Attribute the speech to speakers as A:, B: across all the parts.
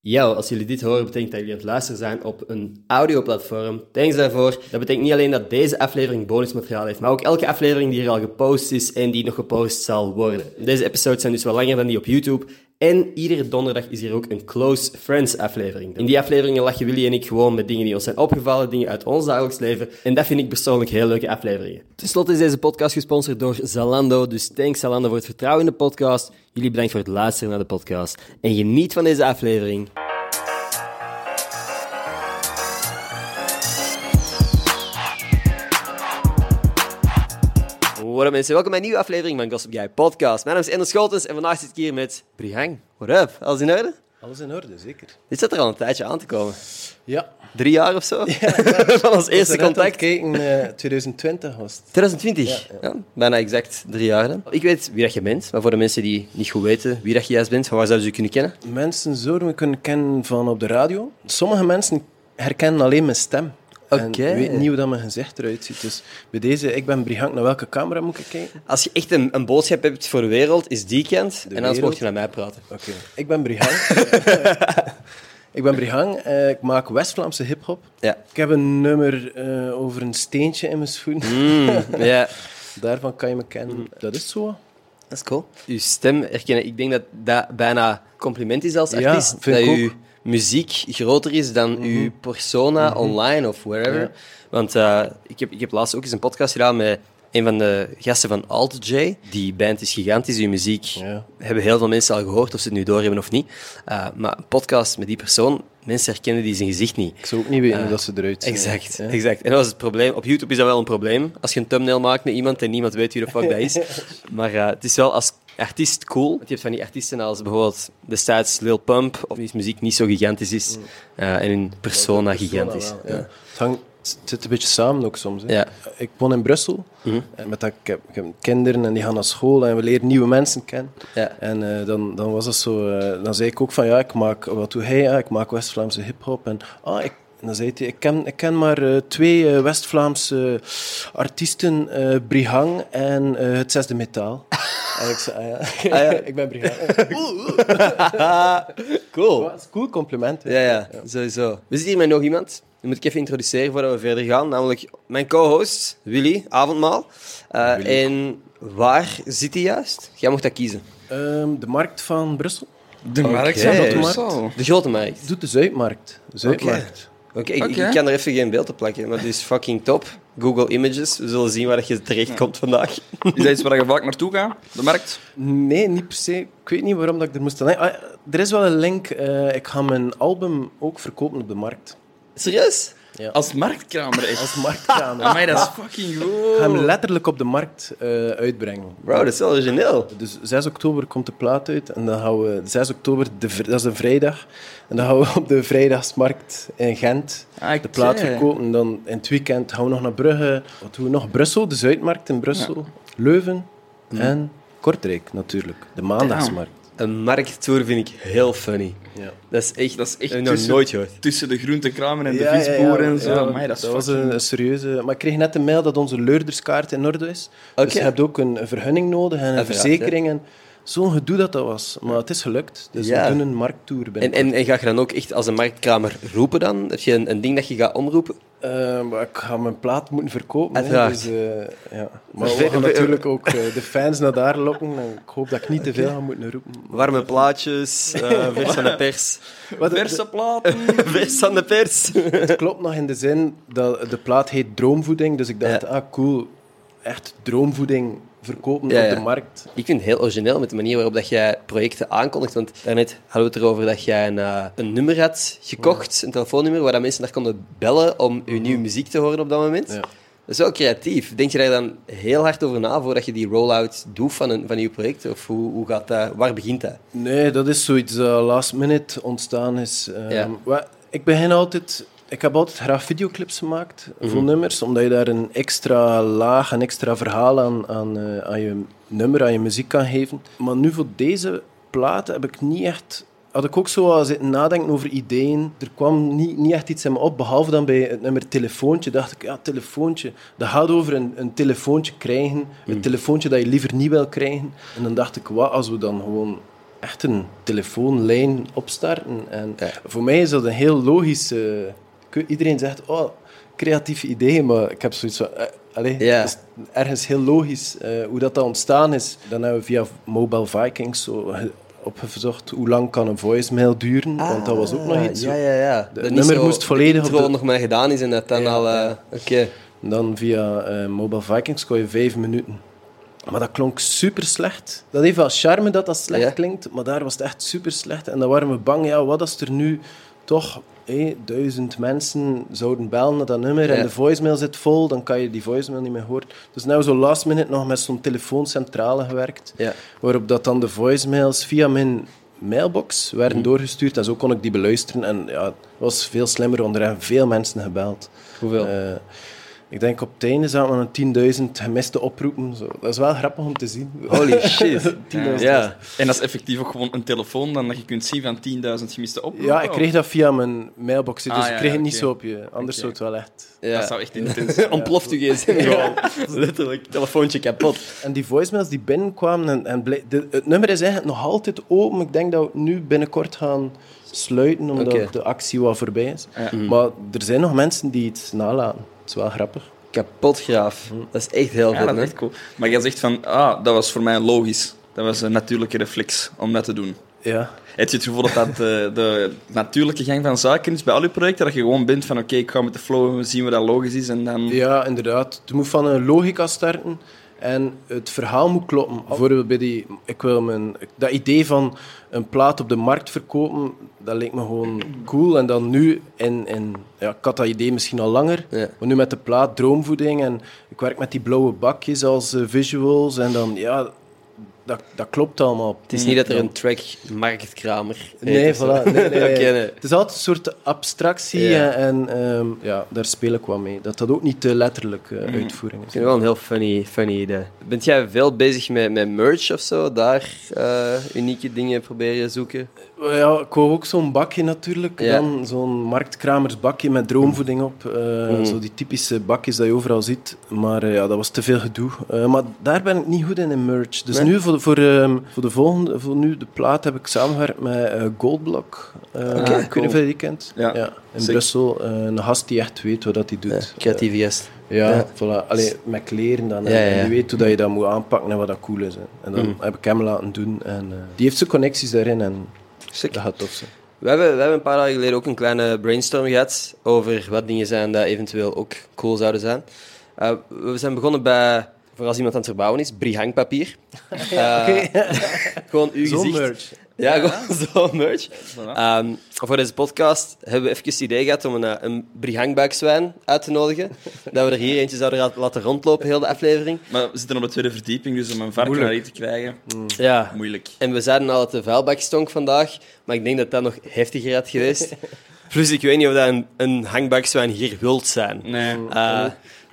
A: Yo, als jullie dit horen, betekent dat jullie aan het luisteren zijn op een audioplatform. Thanks daarvoor. Dat betekent niet alleen dat deze aflevering bonusmateriaal heeft, maar ook elke aflevering die hier al gepost is en die nog gepost zal worden. Deze episodes zijn dus wel langer dan die op YouTube. En iedere donderdag is hier ook een Close Friends aflevering. In die afleveringen lachen Willy en ik gewoon met dingen die ons zijn opgevallen, dingen uit ons dagelijks leven. En dat vind ik persoonlijk heel leuke afleveringen. Ten slotte is deze podcast gesponsord door Zalando. Dus thanks Zalando voor het vertrouwen in de podcast. Jullie bedankt voor het luisteren naar de podcast. En geniet van deze aflevering. What up mensen, welkom bij een nieuwe aflevering van Gossip Guy Podcast. Mijn naam is Ender Scholtens en vandaag zit ik hier met Brihang. What up? Alles in orde?
B: Alles in orde, zeker.
A: Dit zat er al een tijdje aan te komen.
B: Ja.
A: Drie jaar of zo? van ons eerste contact.
B: Kijken, 2020 was het.
A: 2020, ja, bijna exact drie jaar dan. Ik weet wie dat je bent, maar voor de mensen die niet goed weten wie dat je juist bent, van waar zouden ze je kunnen kennen?
B: Mensen zouden we kunnen kennen van op de radio. Sommige mensen herkennen alleen mijn stem. En
A: Oké.
B: weet niet hoe dat mijn gezicht eruit ziet. Dus bij deze, ik ben Brihang, naar welke camera moet ik kijken?
A: Als je echt een, een boodschap hebt voor de wereld, is die kant. en anders
B: wereld.
A: mocht je naar mij praten.
B: Oké. Ik ben Brihang. ik ben Brihang, eh, ik maak West-Vlaamse hip-hop.
A: Ja.
B: Ik heb een nummer eh, over een steentje in mijn schoen.
A: Mm, ja,
B: Daarvan kan je me kennen. Dat is zo.
A: dat is cool. Uw stem herkennen, ik denk dat dat bijna compliment is als
B: Ja,
A: artiest.
B: vind
A: dat
B: ik
A: uw
B: ook. Mhm.
A: muziek groter is dan uw persona online of wherever. Want eh, ik, heb, ik heb laatst ook eens een podcast gedaan met een van de gasten van Alt J. Die band is gigantisch, uw muziek
B: Ja.
A: hebben heel veel mensen al gehoord, of ze het nu doorhebben of niet. Eh, maar een podcast met die persoon, mensen herkennen die zijn gezicht niet.
B: Ik zou ook niet weten hoe dat ze eruit zien.
A: Exact,
B: Ja.
A: exact. En dat was het probleem. Op YouTube is dat wel een probleem. Als je een thumbnail maakt met iemand en niemand weet wie de fuck dat is. Maar eh, het is wel als artiest cool. Want je hebt van die artiesten als bijvoorbeeld destijds Lil Pump, of wiens muziek niet zo gigantisch is, eh, en hun persona gigantisch.
B: Persona wel,
A: Ja.
B: ja. Het, hangt, het zit een beetje samen ook soms. Hè.
A: Ja.
B: Ik woon in Brussel. En met dat, ik, heb, ik heb kinderen en die gaan naar school en we leren nieuwe mensen kennen.
A: Ja.
B: En eh, dan, dan was dat zo... eh, dan zei ik ook van, ja, ik maak... Wat doe hij? Ja, ik maak West-Vlaamse hiphop. En, ah, ik, en dan zei hij, ik ken, ik ken maar eh, twee eh, West-Vlaamse artiesten. eh Brihang en eh, Het Zesde Metaal. en ik zei, ah, ja. ik ben Brihang.
A: Cool.
B: Dat is een cool compliment.
A: Ja,
B: hè.
A: ja, sowieso. We zitten hier met nog iemand. Die moet ik even introduceren voordat we verder gaan. Namelijk mijn co-host, Willy, avondmaal. Eh, En waar zit hij juist? Jij mocht dat kiezen.
B: Ehm, de markt van Brussel
C: De markt
A: Oké.
C: van
A: De
C: Brussel.
A: De grote markt.
B: doet de Zuidmarkt. De Zuidmarkt.
A: Oké, ik- ik,
C: Oké.
A: ik kan er even geen beeld op plakken, maar dit is fucking top. Google Images, we zullen zien waar dat je terecht komt vandaag.
C: Is dat iets waar je vaak naartoe gaat? De markt?
B: Nee, niet per se. Ik weet niet waarom dat ik er moest aan denken. Ah, er is wel een link. eh, ik ga mijn album ook verkopen op de markt.
A: Serieus?
C: Als marktkramer, echt.
B: Als marktkramer.
C: Amai, dat is fucking
B: Ik
C: goed.
B: ga hem letterlijk op de markt eh, uitbrengen.
A: Bro, dat is wel origineel.
B: Dus 6 oktober komt de plaat uit. En dan gaan we... 6 oktober, de, vri- dat is een vrijdag. En dan gaan we op de vrijdagsmarkt in Gent
C: Ah,
B: de plaat
C: oké.
B: verkopen. Dan in het weekend gaan we nog naar Brugge. Wat doen we nog? Brussel, de Zuidmarkt in Brussel. Leuven en Kortrijk natuurlijk. De maandagsmarkt.
A: Een markttour vind ik heel funny.
B: Ja.
A: Dat is echt,
C: Dat is echt
A: heb ik nog
C: tussen-
A: nooit gehoord.
C: Tussen de groentekramer en de
B: Ja, ja, ja,
C: visboer en zo.
B: ja,
C: Amai, dat is
B: was
C: fucking-
B: een, een serieuze... Maar ik kreeg net een mail dat onze leurderskaart in orde is.
A: Oké.
B: Dus je hebt ook een, een vergunning nodig en een
A: Uiteraard,
B: verzekering. en Zo'n gedoe dat dat was. Maar het is gelukt. Dus
A: Ja.
B: we doen een markttour
A: En,
B: binnen.
A: en, en ga je dan ook echt als een marktkramer roepen dan? Heb je een, een ding dat je gaat omroepen?
B: Eh, maar ik ga mijn plaat moeten verkopen. hè,
A: Uiteraard.
B: Dus, eh, ja. Maar we
A: Ver-
B: gaan
A: ver-
B: natuurlijk ook eh, de fans naar daar lokken. En ik hoop dat ik niet te veel ga moeten roepen.
A: Warme plaatjes, eh vers van de pers.
B: Wat,
C: Verse platen.
A: vers van de pers.
B: het klopt nog in de zin dat de plaat heet Droomvoeding. Dus ik dacht,
A: Ja.
B: ah cool, echt droomvoeding verkopen
A: Ja,
B: op
A: ja.
B: de markt.
A: Ik vind het heel origineel met de manier waarop dat jij projecten aankondigt. Want daarnet hadden we het erover dat jij een, eh, een nummer had gekocht, een telefoonnummer, waar dat mensen naar konden bellen om je nieuwe muziek te horen op dat moment.
B: Mm. Ja.
A: Dat is wel creatief. Denk je daar dan heel hard over na voordat je die rollout doet van, een, van je project? Of hoe, hoe gaat dat, waar begint dat?
B: Nee, dat is zoiets dat last minute ontstaan is. Ehm,
A: Ja.
B: wa- Ik begin altijd... Ik heb altijd graag videoclips gemaakt voor nummers, omdat je daar een extra laag, een extra verhaal aan, aan, eh, aan je nummer, aan je muziek kan geven. Maar nu voor deze plaat heb ik niet echt... Had ik ook zo al zitten nadenken over ideeën. Er kwam niet, niet echt iets in me op, behalve dan bij het nummer Telefoontje. dacht ik, ja, Telefoontje. Dat gaat over een, een telefoontje krijgen. Een telefoontje dat je liever niet wil krijgen. En dan dacht ik, wat als we dan gewoon echt een telefoonlijn opstarten. En voor mij is dat een heel logische... ik weet- Iedereen zegt, oh, creatieve ideeën, maar ik heb zoiets van... eh, allee,
A: Ja.
B: dat is ergens heel logisch eh, hoe dat, dat ontstaan is. Dan hebben we via Mobile Vikings zo ge- opgezocht hoe lang kan een voicemail duren, want dat was ook nog
A: Ah,
B: iets.
A: Ja, ja, ja.
B: De
A: Dat
B: nummer
A: niet zo-
B: moest volledig
A: de
B: op
A: intro
B: de-
A: nog maar gedaan is en dat dan al... eh, Oké.
B: Dan via eh, Mobile Vikings kon je vijf minuten. Maar dat klonk super slecht. Dat heeft wel charme dat dat slecht
A: Ja.
B: klinkt, maar daar was het echt super slecht. En dan waren we bang, ja, wat als er nu toch hé, duizend mensen zouden bellen naar dat nummer
A: Ja.
B: en de voicemail zit vol, dan kan je die voicemail niet meer horen. Dus nou zo last minute nog met zo'n telefooncentrale gewerkt,
A: Ja.
B: waarop dat dan de voicemails via mijn mailbox werden
A: Mhm.
B: doorgestuurd en zo kon ik die beluisteren. En ja, het was veel slimmer, want er hebben veel mensen gebeld.
A: Hoeveel?
B: Eh, ik denk op het einde zaten we aan 10.000 gemiste oproepen. Zo. Dat is wel grappig om te zien.
A: Holy shit.
B: 10.000.
A: ja.
C: En dat is effectief ook gewoon een telefoon dan dat je kunt zien van 10.000 gemiste oproepen. Oh,
B: Ja, ik kreeg dat via mijn mailbox, dus
C: Ah,
B: ik
C: ja,
B: kreeg
C: ja,
B: het niet
C: oké.
B: zo op je. Anders zou het wel echt...
A: ja.
C: Dat zou echt intens zijn.
A: Ontploft je gsm gewoon. Letterlijk, telefoontje kapot.
B: En die voicemails die binnenkwamen, en, en blij- de- het nummer is eigenlijk nog altijd open. Ik denk dat we het nu binnenkort gaan sluiten, omdat
A: Oké.
B: de actie wat voorbij is.
C: Ja.
B: Maar er zijn nog mensen die iets nalaten. Dat is wel grappig.
A: Kapotgraaf. Dat is echt heel
C: Ja,
A: veel,
C: dat is
A: hè?
C: echt cool. Maar jij zegt van, ah, dat was voor mij logisch. Dat was een natuurlijke reflex om dat te doen.
B: Ja.
C: Heb je het gevoel dat dat de, de natuurlijke gang van zaken is bij al je projecten? Dat je gewoon bent van, oké, ik ga met de flow en we zien wat dat logisch is en dan...
B: Ja, inderdaad. Het moet van een logica starten en het verhaal moet kloppen. Bijvoorbeeld bij die, ik wil mijn, dat idee van een plaat op de markt verkopen, dat leek me gewoon cool. En dan nu, in, in, ja, ik had dat idee misschien al langer,
A: Ja.
B: maar nu met de plaat Droomvoeding en ik werk met die blauwe bakjes als eh, visuals en dan, ja, dat, dat klopt allemaal.
A: Het is niet dat er een track marktkramer heet
B: Mm. Nee,
A: of zo.
B: voilà. Nee, nee, nee.
A: Oké, nee.
B: Het is altijd een soort abstractie
A: Ja.
B: en, en, ehm, ja, daar speel ik wat mee. Dat dat ook niet te letterlijk eh,
A: Mhm.
B: uitvoering is.
A: Ik vind het wel een heel funny, funny idee. Bent jij veel bezig met, met merch of zo? Daar eh, unieke dingen proberen zoeken?
B: Ja, ik wou ook zo'n bakje natuurlijk.
A: Ja.
B: Dan zo'n marktkramersbakje met droomvoeding op. Eh,
A: Mm.
B: Zo die typische bakjes dat je overal ziet. Maar eh, ja, dat was te veel gedoe. Eh, maar daar ben ik niet goed in, in merch. Dus
A: Nee?
B: nu voor, de- voor, ehm, voor de volgende, voor nu de plaat, heb ik samengewerkt met eh, Goldblock. Eh, Ik weet niet
C: cool.
B: of je die kent.
C: Ja,
B: in
C: zeker.
B: Brussel. Eh, een gast die echt weet wat dat hij
A: Ja,
B: doet. Eh,
A: creatieve gast.
B: ja,
A: Ja.
B: Voilà. Allee, met kleren dan.
A: Ja,
B: hè.
A: ja, ja. Mm.
B: En je weet hoe dat je dat moet aanpakken en wat dat cool is. hè. En dan heb ik hem laten doen. En, eh, die heeft zijn connecties daarin en
A: Sick.
B: dat gaat tof zijn.
A: We hebben, we hebben een paar dagen geleden ook een kleine brainstorm gehad over wat dingen zijn dat eventueel ook cool zouden zijn. Eh, we zijn begonnen bij, voor als iemand aan het verbouwen is, brihangpapier. Eh, Gewoon uw
B: Zo'n
A: gezicht.
B: merch.
A: Ja, gewoon zo'n merch.
C: Voilà.
A: Ehm, voor deze podcast hebben we even het idee gehad om een, eh, een brihangbuikzwijn uit te nodigen. dat we er hier eentje zouden ra- laten rondlopen, heel de aflevering.
C: Maar we zitten op de tweede verdieping, dus om een varken naar hier te krijgen,
A: Ja.
C: moeilijk.
A: En we zeiden al dat de vuilbak stonk vandaag, maar ik denk dat dat nog heftiger had geweest. Plus, ik weet niet of dat een, een hangbakzwijn hier wilt zijn.
C: Nee.
A: Eh,
C: Ah, ook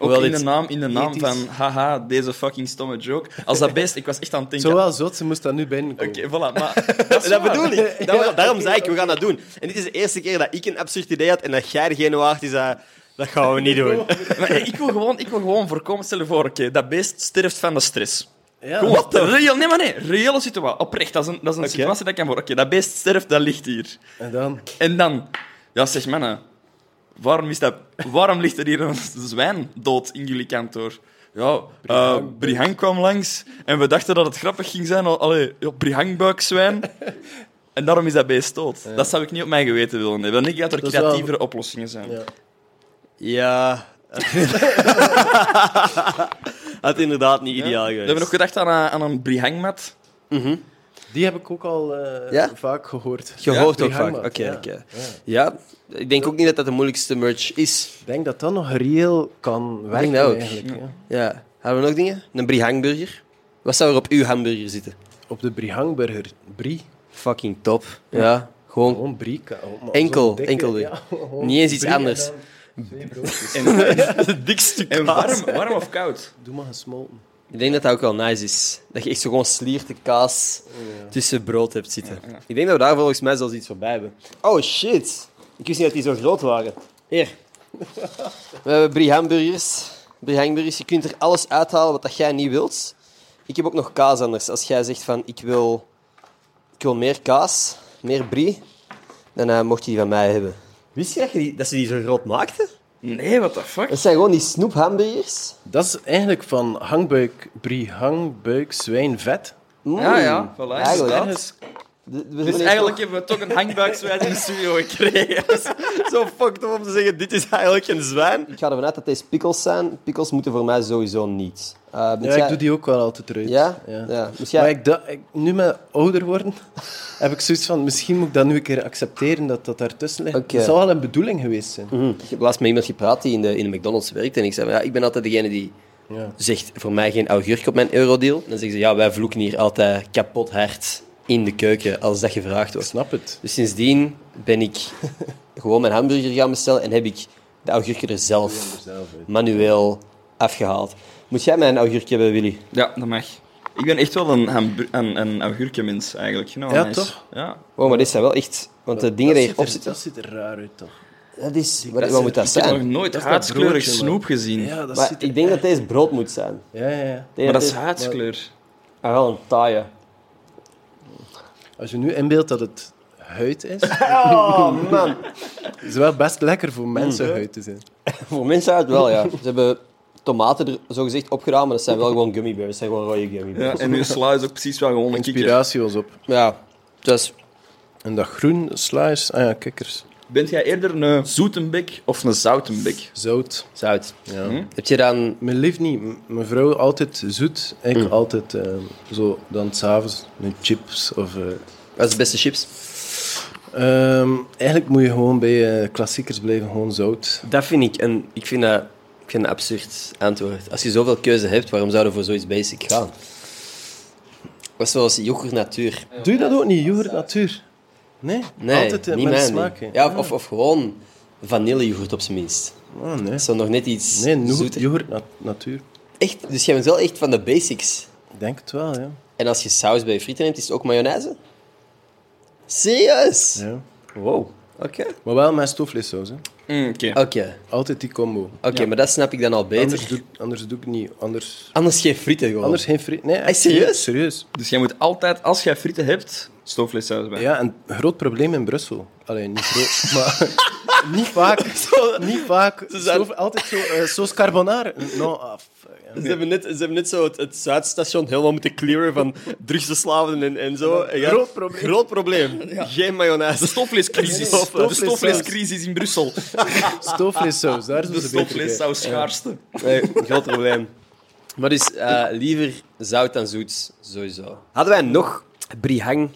A: hoewel
C: in de
A: dit-
C: naam, in de naam
B: ethisch.
C: van, haha, deze fucking stomme joke. Als dat best, ik was echt aan het denken...
B: Zo wel zot, ze moest dat nu binnenkomen.
C: Oké, voilà, maar... Dat, is
A: Dat
C: waar.
A: bedoel ik. Dat- daarom zei ik, we gaan dat doen. En dit is de eerste keer dat ik een absurd idee had en dat jij degene waard die zei, dat gaan we niet doen.
C: Maar ik wil gewoon, ik wil gewoon voorkomen, stel je voor, oké, dat beest sterft van de stress.
B: Ja.
C: Gewoon, reëel, nee maar nee, reële situatie, oprecht, dat is een, dat is een situatie dat kan worden. Oké, dat beest sterft, dat ligt hier.
B: En dan?
C: En dan, ja zeg mannen, waarom, is dat, waarom ligt er hier een zwijn dood in jullie kantoor? Ja, eh Brihang kwam langs en we dachten dat het grappig ging zijn. al- Allee, ja, Brihangbuikzwijn. En daarom is dat beest dood. Dat zou ik niet op mijn geweten willen hebben. Dan denk ik dat er
B: Dat is wel-
C: creatievere oplossingen zijn.
B: Ja.
A: Ja. Had inderdaad niet ideaal
C: We
A: geweest.
C: hebben nog gedacht aan, een- aan een Brihangmat.
B: Die heb ik ook al eh,
A: Ja?
B: vaak gehoord.
A: Gehoord
B: Ja,
A: ook
B: die
A: vaak. Oké,
B: hangmat, ja.
A: oké. Ja, ik denk ook niet dat dat de moeilijkste merch is.
B: Ik denk dat dat nog reëel kan werken
A: dat ook.
B: eigenlijk. Ja.
A: Ja. Hebben we nog dingen? Een brihangburger? Wat zou er op uw hamburger zitten?
B: Op de Brihangburger. Brie.
A: Fucking top. Ja, gewoon
B: Gewoon brie. ka- oh, maar
A: Enkel,
B: zo'n dikke-
A: enkel brie.
B: gewoon
A: Niet eens iets
B: brie en
A: anders.
B: dan twee broodjes.
A: het dikste
C: En warm, warm of koud?
B: Doe maar gesmolten.
A: Ik denk dat dat ook wel nice is. Dat je echt zo gewoon slierte kaas tussen brood hebt zitten. Ik denk dat we daar volgens mij zelfs iets voorbij hebben. Oh shit! Ik wist niet dat die zo groot waren. Hier. We hebben brie hamburgers. Brie hamburgers. Je kunt er alles uithalen wat dat jij niet wilt. Ik heb ook nog kaas anders. Als jij zegt van ik wil Ik wil meer kaas, meer brie. Dan eh, mocht je die van mij hebben. Wist je dat, je die- dat ze die zo groot maakten?
C: Nee, what the fuck?
A: Dat zijn gewoon die snoephamburgers.
B: Dat is eigenlijk van hangbuik, brie, hangbuik, zwijn, vet.
A: Mm.
C: Ja, ja, voilà.
A: Eigenlijk.
C: inderdaad.
B: Ergens
A: D- we
C: Dus
A: zijn
C: eigenlijk hebben we toch een hangbuikzwijt in de studio gekregen.
A: zo fucked om te zeggen, dit is eigenlijk een zwijn. Ik ga ervan uit dat deze pickles zijn. Pickles moeten voor mij sowieso niet. Eh, moet
B: Ja,
A: jij-
B: ik doe die ook wel altijd eruit.
A: Ja? Ja. Dus jij-
B: Maar ik, da- ik, nu met ouder worden, heb ik zoiets van, misschien moet ik dat nu een keer accepteren, dat dat daartussen ligt.
A: Oké.
B: Het zal wel een bedoeling geweest zijn.
A: Ik heb laatst met iemand gepraat die in de, in de McDonald's werkt. En ik zei, van, ja, ik ben altijd degene die
B: Ja.
A: zegt, voor mij geen augurk op mijn eurodeal. En dan zeggen ze, ja, wij vloeken hier altijd kapot hard in de keuken als dat gevraagd
B: Ik
A: wordt.
B: snap het.
A: Dus sindsdien ben ik gewoon mijn hamburger gaan bestellen en heb ik de augurken er zelf manueel afgehaald. Moet jij mijn augurk hebben, Willy?
C: Ja, dat mag. Ik ben echt wel een, hambu- een, een augurkenmens eigenlijk. You know,
B: Ja,
C: nice.
B: toch?
C: Ja.
A: Oh, maar dit zijn wel echt... Want de dingen die
B: dat,
A: hierop
B: ziet er,
A: zitten...
B: dat ziet er raar uit, toch?
A: Dat is... Wat, wat
B: zit-
A: moet dat
C: Ik heb nog
A: zijn?
C: nooit
B: dat is dat
C: huidskleurig
B: broodje, man.
C: snoep gezien.
B: Ja, dat
A: Maar
B: ziet er...
A: ik denk dat deze brood moet zijn.
B: Ja, ja, ja.
C: Maar dat is
A: Ah,
C: huidskleur.
A: wel een taaie.
B: Als je nu inbeeldt dat het huid is,
A: Oh, man. Hmm.
B: is het wel best lekker voor mensen huid te zijn.
A: Voor mensen uit wel, ja. Ze hebben tomaten er zogezegd opgedaan, maar dat zijn wel gewoon gummy bears. Dat zijn gewoon rode gummy
C: Ja,
A: bears.
C: en uw sla is ook precies wel gewoon een kikker.
B: Inspiratie was op.
A: Ja, dus
B: En dat groen slice, ah ja, kikkers.
C: Bent jij eerder een zoetenbek of een zoutenbek?
B: Zout.
A: zout.
B: Ja.
A: Heb je dan...
B: Mijn lief niet. M- Mijn vrouw altijd zoet. Ik
A: Hm.
B: altijd eh, zo dan s'avonds met chips. Of, eh,
A: Wat is de beste chips?
B: ehm, eigenlijk moet je gewoon bij eh, klassiekers blijven, gewoon zout.
A: Dat vind ik een, ik vind dat, ik vind een absurd antwoord. Als je zoveel keuze hebt, waarom zou je voor zoiets basic gaan? Dat is zoals yoghurt natuur.
B: Doe je dat ook niet, yoghurt natuur? Nee,
A: Nee,
B: altijd eh,
A: niet
B: met
A: mijn
B: smaak.
A: ding.
B: hè.
A: Ja, of- of, of gewoon vanilleyoghurt op zijn minst.
B: Ah, nee,
A: Dat is dan nog net iets
B: nee no-
A: zoeter.
B: yoghurt na- natuur.
A: Echt, dus jij bent wel echt van de basics.
B: Ik denk het wel, ja.
A: En als je saus bij je frieten neemt, is het ook mayonaise? Serieus?
B: ja.
A: Wow. Oké. Oké,
B: Maar wel met stoofvleessaus. hè.
C: Mm, Oké.
B: Altijd die combo.
A: Oké, maar dat snap ik dan al beter.
B: Anders
A: Anders,
B: doe, anders doe ik het niet. Anders,
A: geen frieten gewoon.
B: anders geen friet. Nee, echt
A: Ah, serieus?
B: niet. Serieus.
C: Dus jij moet altijd, als jij frieten hebt, stoofvleessaus bij.
B: Ja, een groot probleem in Brussel. Allee, niet groot, maar... niet vaak. niet vaak.
A: zijn-
B: Zo, altijd zo, eh saus carbonara. No, ah, f- ja.
A: Ze hebben, net, ze hebben net zo het, het Zuidstation helemaal moeten clearen van drugsverslaafden en, en zo. En ja,
B: Groot probleem.
A: Groot probleem. Geen mayonaise.
C: De stoofvleescrisis.
B: Nee, nee,
C: De
B: stoofvleessaus.
C: stoofvleescrisis in Brussel.
B: Stoofvleessaus, daar
C: De
B: zijn ze beter bij.
C: stoofvleessaus schaarste.
A: Nee, groot probleem. Maar dus eh, liever zout dan zoet, sowieso. Hadden wij nog brihang,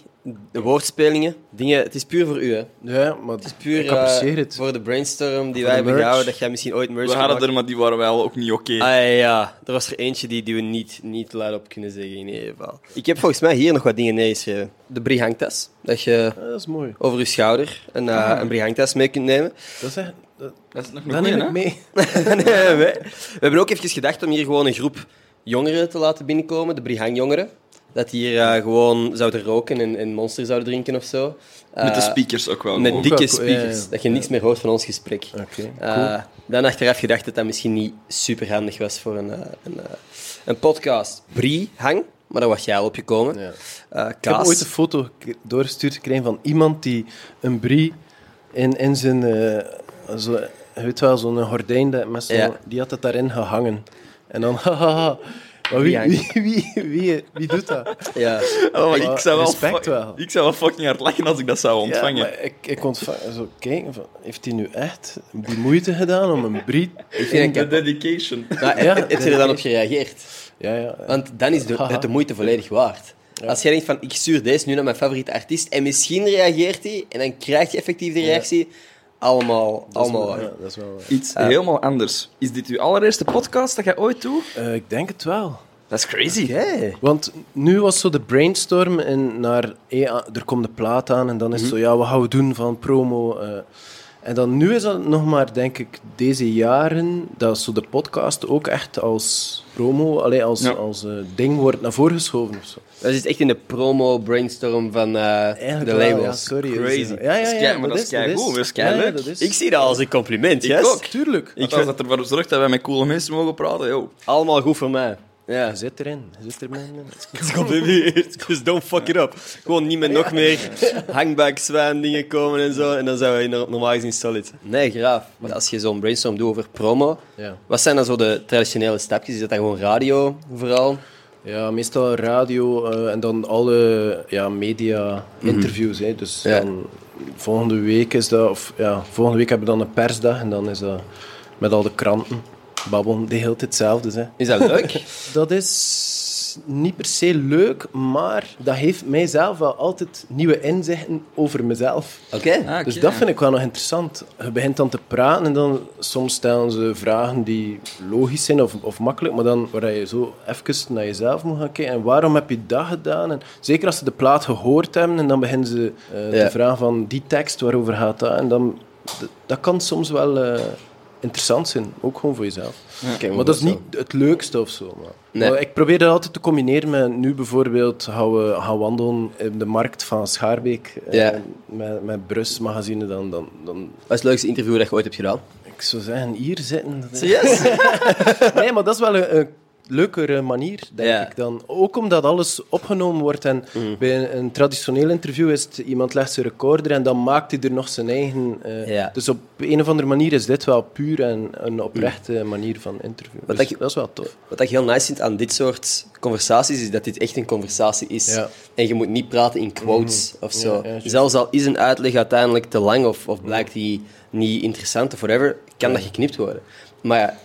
A: de woordspelingen, dingen... Het is puur voor u, hè?
B: Ja, maar
A: Puur
B: ik apprecieer
A: eh,
B: het.
A: voor de brainstorm die
B: de
A: wij hebben
B: merch.
A: gehouden, dat jij misschien ooit merch
C: We
A: kan
C: hadden
A: maken.
C: er, maar die waren wel ook niet oké.
A: Ah ja, er was er eentje die, die we niet, niet luid op kunnen zeggen in ieder geval. Ik heb volgens mij hier nog wat dingen neergeschreven. De brihangtas, dat je
B: Ja, dat is mooi.
A: over je schouder een, eh, een brihangtas mee kunt nemen.
B: Dat is echt... Dat,
C: Dat is nog
B: dat
C: een
B: neem
C: goeie,
B: ik mee.
C: hè?
A: Nee, we, we hebben ook even gedacht om hier gewoon een groep jongeren te laten binnenkomen, de brihangjongeren. Dat die hier eh, gewoon zouden roken en, en monster zouden drinken of zo. Eh,
C: Met de speakers ook wel.
A: Met
C: gewoon.
A: dikke
B: Ook wel cool, ja, ja, ja.
A: speakers, dat je niks meer hoort van ons gesprek.
B: Oké,
A: Eh, dan achteraf gedacht dat dat misschien niet super handig was voor een, eh, een, eh, een podcast. Brie hang, maar daar was jij al op gekomen.
B: Ja.
A: Eh,
B: Ik heb
A: kaas.
B: ooit een foto gek- doorgestuurd gekregen van iemand die een brie in, in zijn... eh zo, je weet wel, zo'n gordijn, dat met zo'n-
A: Ja.
B: die had het daarin gehangen. En dan, hahaha. Maar wie,
A: Brie
B: wie, wie, wie, wie doet dat?
A: Ja.
C: Oh, maar ik zou wel,
B: Respect
C: fuck-
B: wel.
C: Ik zou wel fucking hard lachen als ik dat zou ontvangen.
B: Ja, maar ik, ik ontvang zo kijken van, heeft hij nu echt die moeite gedaan om een brie...
A: Ik vind
C: De
A: dat...
C: dedication.
A: Maar,
B: Ja,
A: heb je er dan op gereageerd?
B: Ja, ja.
A: Want dan is de, het de moeite volledig waard. Als jij denkt van, ik stuur deze nu naar mijn favoriete artiest en misschien reageert hij en dan krijg je effectief de reactie, allemaal,
B: Dat is
A: allemaal
B: wel-
A: waar.
B: ja, dat is wel waar.
C: Iets helemaal anders. Is dit uw allereerste podcast dat jij ooit doet?
B: Eh, ik denk het wel.
C: Dat is crazy.
B: Want nu was zo de brainstorm en naar, eh, ah, er komt de plaat aan en dan is het
C: Mhm.
B: zo, ja, wat gaan we doen van promo? eh. en dan nu is dat nog maar, denk ik, deze jaren, dat zo de podcast ook echt als promo, allee, als,
C: Ja.
B: als eh, ding wordt naar voren geschoven of zo.
A: Dat is echt in de promo-brainstorm van eh, de
B: wel,
A: labels.
B: ja, sorry. dat is-
C: Crazy.
B: Ja, ja,
C: Dat
B: ja,
C: is kei- maar dat is keigoed, maar dat is keileuk.
B: Ja, ja, dat is-
A: Ik zie dat als een compliment,
C: Ik
A: yes?
C: ook.
B: Tuurlijk.
C: Ik was dat ervoor zorgt dat wij met coole mensen mogen praten. Yo.
A: Allemaal goed voor mij. Ja.
B: Je zit erin. Je zit erin.
A: Dus don't fuck it up. Gewoon niet met nog meer hangbakzwijn dingen komen en zo. En dan zijn we in- normaal gezien solid. Nee, graaf. Maar als je zo'n brainstorm doet over promo,
B: Ja.
A: wat zijn dan zo de traditionele stapjes? Is dat dan gewoon radio vooral?
B: Ja, meestal radio eh, en dan alle ja, media-interviews. hè. Dus
A: Ja.
B: dan, volgende week is dat, of ja, volgende week hebben we dan een persdag en dan is dat met al de kranten babbelen, die heel tijd hetzelfde zijn.
A: Is dat leuk?
B: Dat is niet per se leuk, maar dat geeft mijzelf wel altijd nieuwe inzichten over mezelf.
A: Oké.
C: Ah, oké,
B: dus dat
C: ja.
B: vind ik wel nog interessant. Je begint dan te praten en dan soms stellen ze vragen die logisch zijn of, of makkelijk, maar dan waar je zo even naar jezelf moet gaan kijken. En waarom heb je dat gedaan? En zeker als ze de plaat gehoord hebben en dan beginnen ze eh,
A: Ja.
B: te vragen van die tekst, waarover gaat dat? En dan, d- dat kan soms wel eh, interessant zijn, ook gewoon voor jezelf.
A: Oké,
B: Maar dat is
A: goed
B: niet
A: zo.
B: het leukste of zo. Maar.
A: Nee.
B: Maar ik probeer dat altijd te combineren met nu bijvoorbeeld gaan we gaan wandelen in de markt van Schaarbeek. eh,
A: Ja.
B: Met, met Brus magazine dan, dan, dan.
A: Wat is het leukste interview dat je ooit hebt gedaan?
B: Ik zou zeggen, hier zitten. dat is-
A: Yes.
B: Nee, maar dat is wel een, een leukere manier, denk
A: Ja. Mm.
B: ik dan. Ook omdat alles opgenomen wordt. En bij een, een traditioneel interview is het iemand legt zijn recorder en dan maakt hij er nog zijn eigen. eh,
A: Ja.
B: Dus op een of andere manier is dit wel puur en een oprechte
A: Mm.
B: manier van interview. Dus
A: denk je-
B: dat is wel tof.
A: Wat ik heel nice vind aan dit soort conversaties, is dat dit echt een conversatie is.
B: Ja. Mm-hmm.
A: En je moet niet praten in quotes of zo.
B: ja, juist. Mm.
A: Zelfs al is een uitleg uiteindelijk te lang of, of blijkt die niet interessant of whatever, kan dat geknipt worden. Maar ja,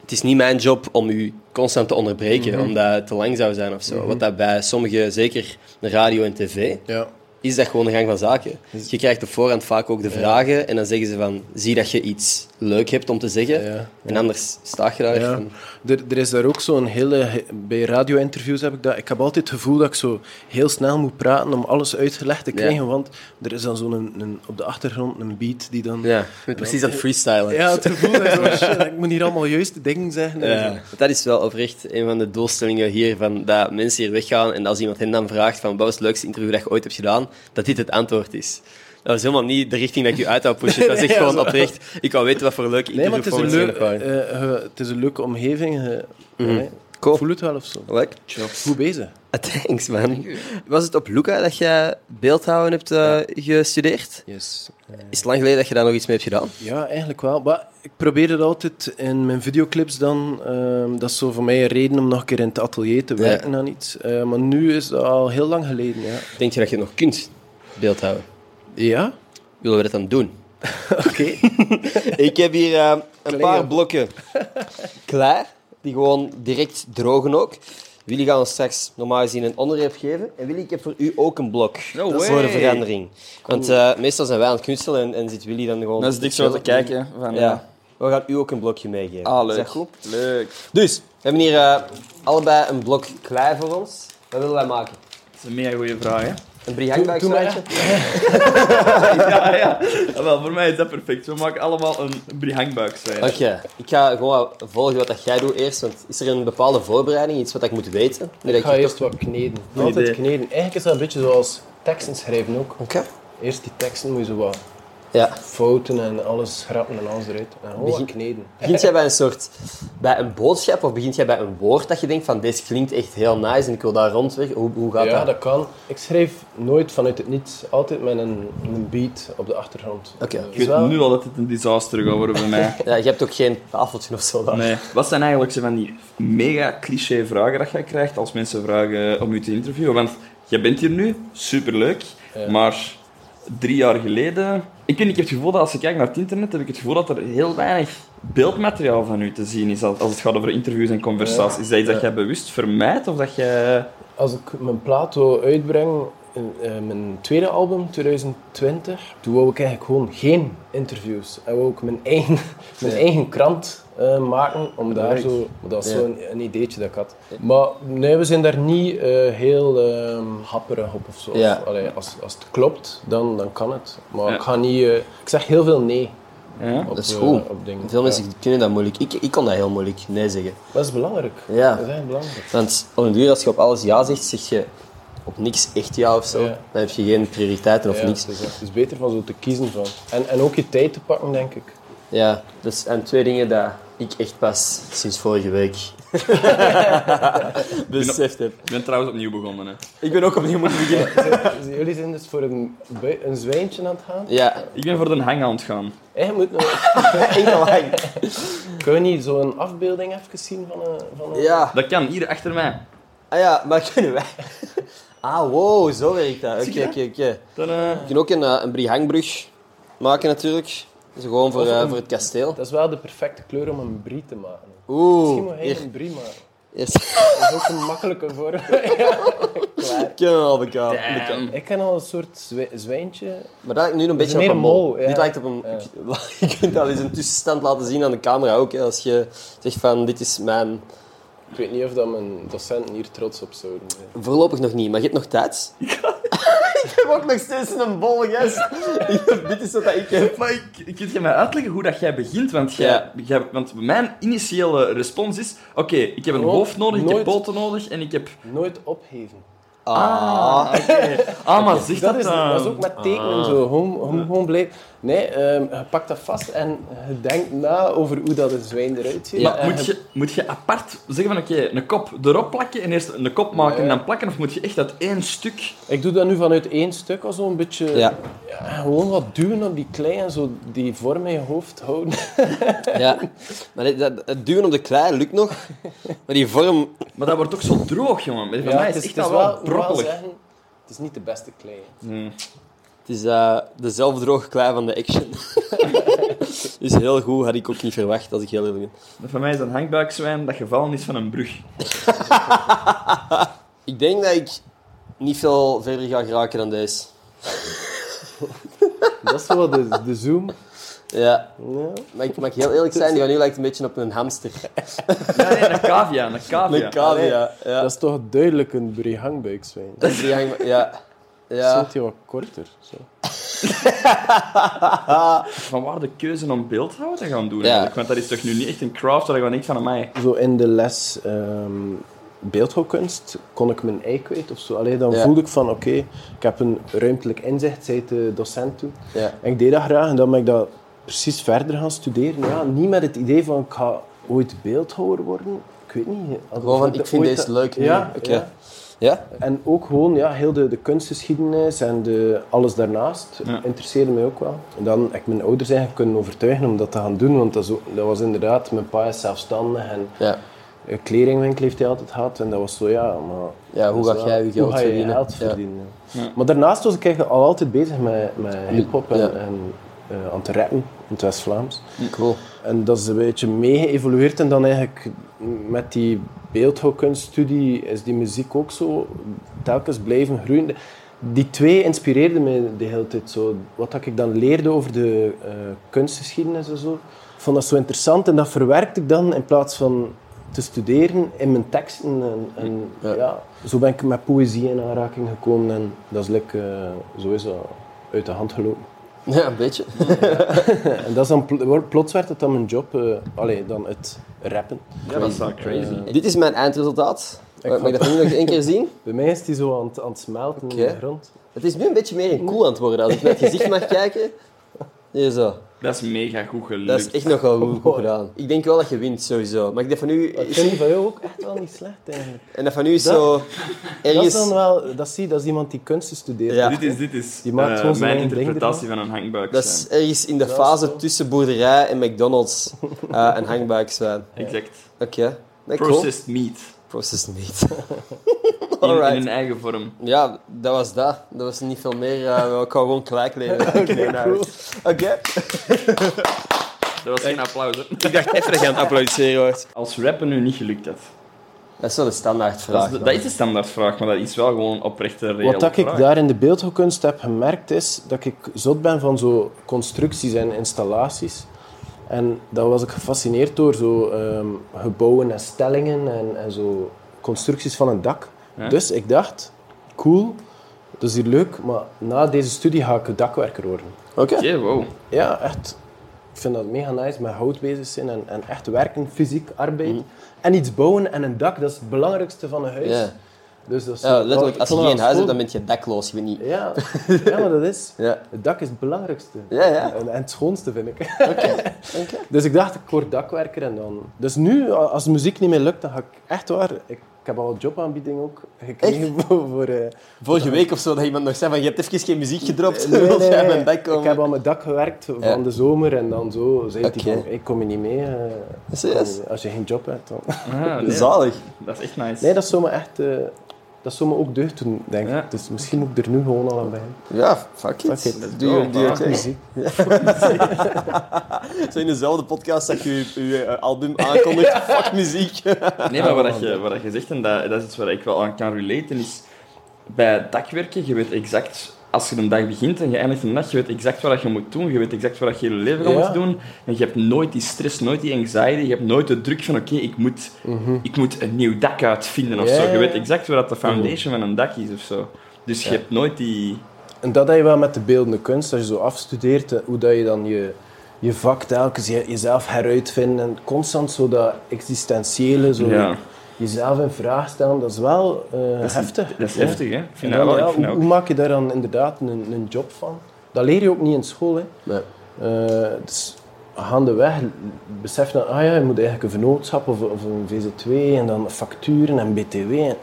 A: het is niet mijn job om u constant te onderbreken,
B: Mm-hmm.
A: omdat het te lang zou zijn of zo. Wat dat bij sommige, zeker radio en tv,
B: Ja.
A: is dat gewoon de gang van zaken. Je krijgt op voorhand vaak ook de vragen en dan zeggen ze van, zie dat je iets leuk hebt om te zeggen.
B: Ja, ja.
A: En anders sta je daar.
B: Ja.
A: van-
B: Er, er is daar ook zo'n hele... he- Bij radio-interviews heb ik dat... Ik heb altijd het gevoel dat ik zo heel snel moet praten om alles uitgelegd te
A: Ja.
B: krijgen, want er is dan zo'n... Een, een- op de achtergrond een beat die dan...
A: Ja, je bent precies aan het freestylen.
B: Ja, het gevoel dat ik zo, "Oh, shit, ik moet hier allemaal juiste dingen zeggen. en zo.
A: Dat is wel oprecht een van de doelstellingen hier, van dat mensen hier weggaan en als iemand hen dan vraagt van wat was het leukste interview dat je ooit hebt gedaan, dat dit het antwoord is. Dat was helemaal niet de richting dat ik je uit wou pushen. Dat is echt
B: Nee, ja,
A: gewoon
B: zo.
A: oprecht, ik wou weten wat voor leuke
B: Nee, maar
A: interview
B: het is, een
A: volgens
B: leuk,
A: mij ervaren.
B: eh, eh, het is een leuke omgeving. eh, eh,
A: Cool.
B: Voel het wel of zo.
A: Leuk.
B: Goed bezig.
A: Ah, Thanks, man. Was het op Luca dat jij beeldhouden hebt eh, gestudeerd?
B: Yes.
A: Is het lang geleden dat je daar nog iets mee hebt gedaan?
B: Ja, eigenlijk wel. Maar ik probeer het altijd in mijn videoclips dan. ehm, dat is zo voor mij een reden om nog een keer in het atelier te werken aan iets. Eh, maar nu is dat al heel lang geleden, ja.
A: Denk je dat je het nog kunt beeldhouden?
B: Ja?
A: Willen we dat dan doen?
B: Oké.
A: Ik heb hier eh, een
B: Klei
A: paar
B: op.
A: blokken klaar, die gewoon direct drogen ook. Willy gaan ons straks normaal gezien een onderwerp geven. En Willy, ik heb voor u ook een blok.
C: No
A: Dat is
C: way.
A: voor de verandering. Want eh, meestal zijn wij aan het kunstelen en, en zit Willy dan gewoon...
C: Dat is dik zo te kijken. Van,
A: Ja.
C: ja.
A: We gaan u ook een blokje meegeven.
C: Ah,
A: Is
C: leuk.
A: dat goed?
C: Leuk.
A: Dus, we hebben hier eh, allebei een blok klaar voor ons. Wat willen wij maken?
C: Dat is een mega goede vraag, hè?
A: Een brihangbuiksmaatje?
C: ja, ja. Ah, wel, voor mij is dat perfect. We maken allemaal een brihangbuik zijn.
A: Oké, ik ga gewoon volgen wat dat jij doet eerst. Want is er een bepaalde voorbereiding, iets wat ik moet weten? Nu dat
B: Ik ga
A: hier
B: eerst
A: toch-
B: wat kneden.
C: Goed
B: Altijd
C: idee.
B: kneden. Eigenlijk is dat een beetje zoals teksten schrijven ook.
A: Oké.
B: Eerst die teksten moet je zo wat
A: Ja.
B: fouten en alles schrappen en alles eruit. En gewoon wat
A: Begin-
B: kneden.
A: Begint jij bij een soort bij een boodschap of begint jij bij een woord dat je denkt van deze klinkt echt heel nice en ik wil daar rondweg? Hoe, hoe gaat
B: Ja,
A: dat?
B: dat kan. Ik schrijf nooit vanuit het niets. Altijd met een, een beat op de achtergrond.
A: Oké.
B: Eh,
C: Ik weet
B: wel-
C: nu al dat dit een disaster gaat worden bij mij.
A: Ja, je hebt ook geen tafeltje of zo dan.
C: Nee. Wat zijn eigenlijk zo van die mega cliché vragen dat jij krijgt als mensen vragen om je te interviewen? Want jij bent hier nu, superleuk, maar drie jaar geleden... Ik, weet niet, ik heb het gevoel dat als ik kijk naar het internet, heb ik het gevoel dat er heel weinig beeldmateriaal van u te zien is als als het gaat over interviews en conversaties. Is dat iets dat jij bewust vermijdt of dat jij...
B: Als ik mijn plaat wil uitbreng, eh, eh, mijn tweede album, 2020, toen wou ik eigenlijk gewoon geen interviews. En wou ik mijn eigen, mijn eigen krant eh, maken, om daar
A: Leuk.
B: zo... Dat is
A: Ja.
B: zo'n een ideetje dat ik had. Maar nee, we zijn daar niet eh, heel ehm, happerig op of zo.
A: Ja.
B: Of, allee, als, als het klopt, dan, dan kan het. Maar
C: Ja.
B: ik ga niet... eh, ik zeg heel veel nee.
C: Ja?
B: Op,
A: Dat is
B: eh,
A: goed.
B: op dingen.
A: Veel
B: Ja.
A: mensen kunnen dat moeilijk. Ik, ik kon dat heel moeilijk nee zeggen.
B: Maar Dat is belangrijk.
A: Ja.
B: Dat is echt belangrijk.
A: Want op een duur, als je op alles ja zegt, zeg je op niks echt ja of zo.
B: Ja.
A: Dan heb je geen prioriteiten of
B: Ja,
A: niks.
B: Het is, het is beter van zo te kiezen van. En, en ook je tijd te pakken, denk ik.
A: dus Ja, dat zijn twee dingen dat ik echt pas sinds vorige week Beseft heb.
C: Ik ben trouwens opnieuw begonnen. Hè.
A: Ik ben ook opnieuw moeten beginnen.
B: Jullie zijn dus voor een, bui- een zwijntje aan het gaan.
A: Ja.
C: Ik ben voor de hang aan het gaan.
B: En je moet nog...
A: Enkel hang.
B: Kunnen we niet zo'n afbeelding even zien van een... Van een...
A: Ja.
C: Dat kan, hier achter mij.
A: Ah ja, maar kunnen wij... Ah, wow, zo werkt dat. Oké, oké, oké.
C: Tadaa.
A: Je kunt ook een, eh, een brihangbrug maken natuurlijk. Dus gewoon voor,
B: Of
A: eh,
B: een-
A: voor het kasteel.
B: Dat is wel de perfecte kleur om een brie te maken. Misschien
A: Oeh,
B: moet hij
A: hier.
B: een brie maken.
A: Yes.
B: Dat is ook een makkelijke vorm. Klaar.
A: Kunnen we al bekijken.
C: Damn.
B: Ik ken al een soort zwi- zwijntje.
A: Maar dat lijkt nu een beetje
B: meer
A: op een
B: een
A: mol.
B: mol, ja.
A: Dit lijkt op een... Je kunt dat eens een tussenstand laten zien aan de camera ook. hè, Als je zegt van, dit is mijn...
B: Ik weet niet of dat mijn docenten hier trots op zouden zijn.
A: Voorlopig nog niet, maar je hebt nog tijd. ik heb ook nog steeds een bol, gast. Ik heb- dit is wat ik heb.
C: Maar ik, ik- kunt je mij uitleggen hoe dat jij begint? Want, jij,
A: Ja.
C: jij- want mijn initiële respons is... Oké, ik heb een
B: Gewoon
C: hoofd nodig, ik heb
B: nooit-
C: poten nodig en ik heb...
B: Nooit opheven.
A: Ah.
C: Ah, maar zeg dat,
B: Dat ehm, Ah. is,
C: dan.
B: dat is ook met tekenen zo. Gewoon, gewoon, gewoon blijven. Nee, ehm, je pakt dat vast en je denkt na over hoe dat een zwijn eruit ziet. eh,
C: Maar
B: En
C: moet je, moet je apart zeggen van oké, een kop erop plakken en eerst een kop maken en dan plakken? Of moet je echt uit één stuk...
B: Ik doe dat nu vanuit één stuk al zo'n beetje.
A: Ja.
B: Ja, gewoon wat duwen op die klei en zo die vorm in je hoofd houden.
A: Ja, maar dit- dat, het duwen op de klei lukt nog. Maar die vorm...
C: Maar dat wordt ook zo droog, jongen. Bij mij is het echt al
B: wel-
C: wel
B: moet wel
C: brokkelig.
B: zeggen, het is niet de beste klei.
A: Het is eh, dezelfde droge klei van de action. dus heel goed, had ik ook niet verwacht, als ik heel eerlijk ben.
C: Van mij is een hangbuikzwijn dat gevallen is van een brug.
A: Ik denk dat ik niet veel verder ga geraken dan deze.
B: Dat is wel de, de zoom.
A: Ja,
B: Ja.
A: maar ik mag heel eerlijk zijn, die van nu lijkt een beetje op een hamster.
C: Ja, nee, een cavia, een cavia.
A: Een cavia, ja.
B: Dat is toch duidelijk een brihangbuikzwijn.
A: Dat is die hang- Ja. Ja.
B: Zit hij wat korter? Zo.
C: Van waar de keuze om beeldhouden te gaan doen
A: Ja.
C: eigenlijk? Want dat is toch nu niet echt een craft waar ik gewoon echt van mij.
B: zo in de les ehm beeldhouwkunst kon ik mijn ei kwijt of zo. Allee, dan
A: Ja.
B: voelde ik van oké, ik heb een ruimtelijk inzicht, zei de docent toen.
A: Ja.
B: En ik deed dat graag en dan ben ik dat precies verder gaan studeren. Ja, niet met het idee van ik ga ooit beeldhouwer worden. Ik weet niet. had-
A: Gewoon van,
B: had-
A: ik vind
B: ooit
A: deze
B: dat-
A: leuk.
B: Ja,
A: Oké.
B: ja.
A: Ja?
B: En ook gewoon ja, heel de, de kunstgeschiedenis en de, alles daarnaast
C: Ja.
B: interesseerde mij ook wel. En dan heb ik mijn ouders eigenlijk kunnen overtuigen om dat te gaan doen, want dat, is ook- dat was inderdaad, mijn pa is zelfstandig en
A: Ja.
B: een kledingwinkel heeft hij altijd gehad. En dat was zo, ja, maar...
A: Ja, hoe
B: dat
A: ga
B: is
A: jij je
B: Dus wel-
A: geld
B: hoe ga je
A: verdienen?
B: geld
A: Ja.
B: verdienen, ja.
C: Ja.
B: Maar daarnaast was ik eigenlijk al altijd bezig met, met hip-hop en,
A: Ja.
B: en eh, aan het rappen in het West-Vlaams.
A: Cool.
B: En dat is een beetje mee geëvolueerd. En dan eigenlijk met die beeldhouwkunststudie is die muziek ook zo telkens blijven groeien. Die twee inspireerden mij de hele tijd. Zo. Wat dat ik dan leerde over de eh, kunstgeschiedenis en zo. Ik vond dat zo interessant en dat verwerkte ik dan in plaats van te studeren in mijn teksten. En, en,
A: Ja.
B: ja. Zo ben ik met poëzie in aanraking gekomen en dat is like, eh, zo is dat uit de hand gelopen.
A: Ja, een beetje.
B: En dat is dan pl- wordt- plots werd het dan mijn job, eh allee, dan het rappen.
C: Ja, dat is wel crazy.
A: Dit is mijn eindresultaat.
B: Ik
A: Mag ik dat nu nog één keer zien?
B: Bij mij is die zo aan het, aan het smelten in
A: Oké.
B: de grond.
A: Het is nu een beetje meer een cool aan het worden. Als ik naar het gezicht mag kijken. Hier zo.
C: Dat is mega goed gelukt.
A: Dat is echt nogal goed, goed gedaan. Ik denk wel dat je wint, sowieso. Maar ik denk van nu...
B: Ik vind die van jou ook echt wel niet slecht eigenlijk.
A: En dat van nu is zo...
B: Dat is dan
A: Ergens...
B: wel, dat zie je, dat is iemand die kunsten studeert.
A: Ja.
C: Dit is, dit is
B: Die maakt
C: eh,
B: gewoon zijn
C: mijn
B: eigen ding
C: interpretatie van een hangbuik.
A: Dat is ergens in de fase tussen boerderij en McDonald's eh, en hangbuikzwijn.
C: Exact.
A: Oké. Nee, cool.
C: Processed meat.
A: Processed meat.
C: In, in
A: Alright.
C: een eigen vorm.
A: Ja, dat was dat. Dat was niet veel meer. eh, ik kan gewoon gelijk leren. Oké, Oké.
C: Dat was geen applaus. hè.
A: Ik dacht even dat je aan het applaudisseren was.
C: Als rappen nu niet gelukt had.
A: Dat is wel de standaardvraag.
C: Dat is, de- dat is de standaardvraag, maar dat is wel gewoon oprechte reële
B: Wat dat ik
C: vraag.
B: daar in de beeldhouwkunst heb gemerkt is dat ik zot ben van zo constructies en installaties. En daar was ik gefascineerd door, zo ehm, gebouwen en stellingen en, en zo constructies van een dak.
C: Ja.
B: Dus ik dacht, cool, dat is hier leuk, maar na deze studie ga ik dakwerker worden.
A: Oké.
C: Oké, wow.
B: Ja, echt. Ik vind dat mega nice met hout bezig zijn en, en
A: Mhm.
B: echt werken, fysiek arbeid. En iets bouwen en een dak, dat is het belangrijkste van een huis.
A: Ja.
B: Dus dat is,
A: Ja, letterlijk,
B: ik
A: als je
B: vond dat
A: geen huis hebt,
B: schoon.
A: dan ben je dakloos. Je weet niet.
B: Ja, ja, maar dat is...
A: Ja,
B: Het dak is het belangrijkste.
A: ja, ja.
B: En, en het schoonste, vind ik.
A: Oké. Oké.
B: Dus ik dacht, ik word dakwerker en dan... Dus nu, a- als de muziek niet meer lukt, dan ga ik echt waar... Ik, ik heb al een jobaanbieding ook gekregen voor... voor eh,
A: Vorige week of zo dat iemand nog zei van je hebt even geen muziek gedropt,
B: nee,
A: wil
B: nee,
A: jij aan
B: nee.
A: mijn dak
B: Ik
A: komen?
B: heb aan mijn dak gewerkt van
A: Ja.
B: de zomer en dan zo zei hij
A: Oké.
B: van, ik kom je niet mee. eh,
A: Serieus?
B: als je geen job hebt, dan...
C: Ah, nee,
A: Zalig.
C: Dat is echt nice.
B: Nee, dat zou me echt... eh, dat zou me ook deugd doen, denk ik.
C: Ja.
B: Dus misschien moet ik er nu gewoon al aan bij.
A: Ja, fuck it.
B: Fuck it,
A: Doe
C: let's
A: je-
C: go,
A: doe je
C: man.
A: ding.
B: Muziek.
A: Zo in dezelfde podcast dat je je, je, eh, album aankondigt. Fuck muziek.
C: Nee, maar wat je, wat je zegt, en dat, dat is iets waar ik wel aan kan relaten, is bij dakwerken, je weet exact, als je een dag begint en je eindigt een nacht, je weet exact wat je moet doen, je weet exact wat je je leven gaat
B: Ja.
C: moeten doen, en je hebt nooit die stress, nooit die anxiety, je hebt nooit de druk van, oké, ik, moet, ik moet een nieuw dak uitvinden of
B: Ja,
C: zo.
B: ja.
C: Je weet exact waar dat de foundation van een dak is of zo. Dus je hebt nooit die...
B: En dat heb je wel met de beeldende kunst, als je zo afstudeert, eh, hoe dat je dan je, je vak telkens je, jezelf heruitvindt en constant zo dat existentiële, zo
C: Ja.
B: jezelf in vraag stellen, dat is wel eh, heftig.
C: Dat is
B: Ja.
C: heftig, hè? Ik
B: En
C: vind
B: dan,
C: dat wel.
B: ja,
C: ik vind
B: hoe,
C: dat
B: hoe
C: ook.
B: maak je daar dan inderdaad een, een job van? Dat leer je ook niet in school. Hè. Eh, dus gaandeweg besef je dan, ah ja, je moet eigenlijk een vennootschap of, of een VZ2 en dan facturen en BTW. En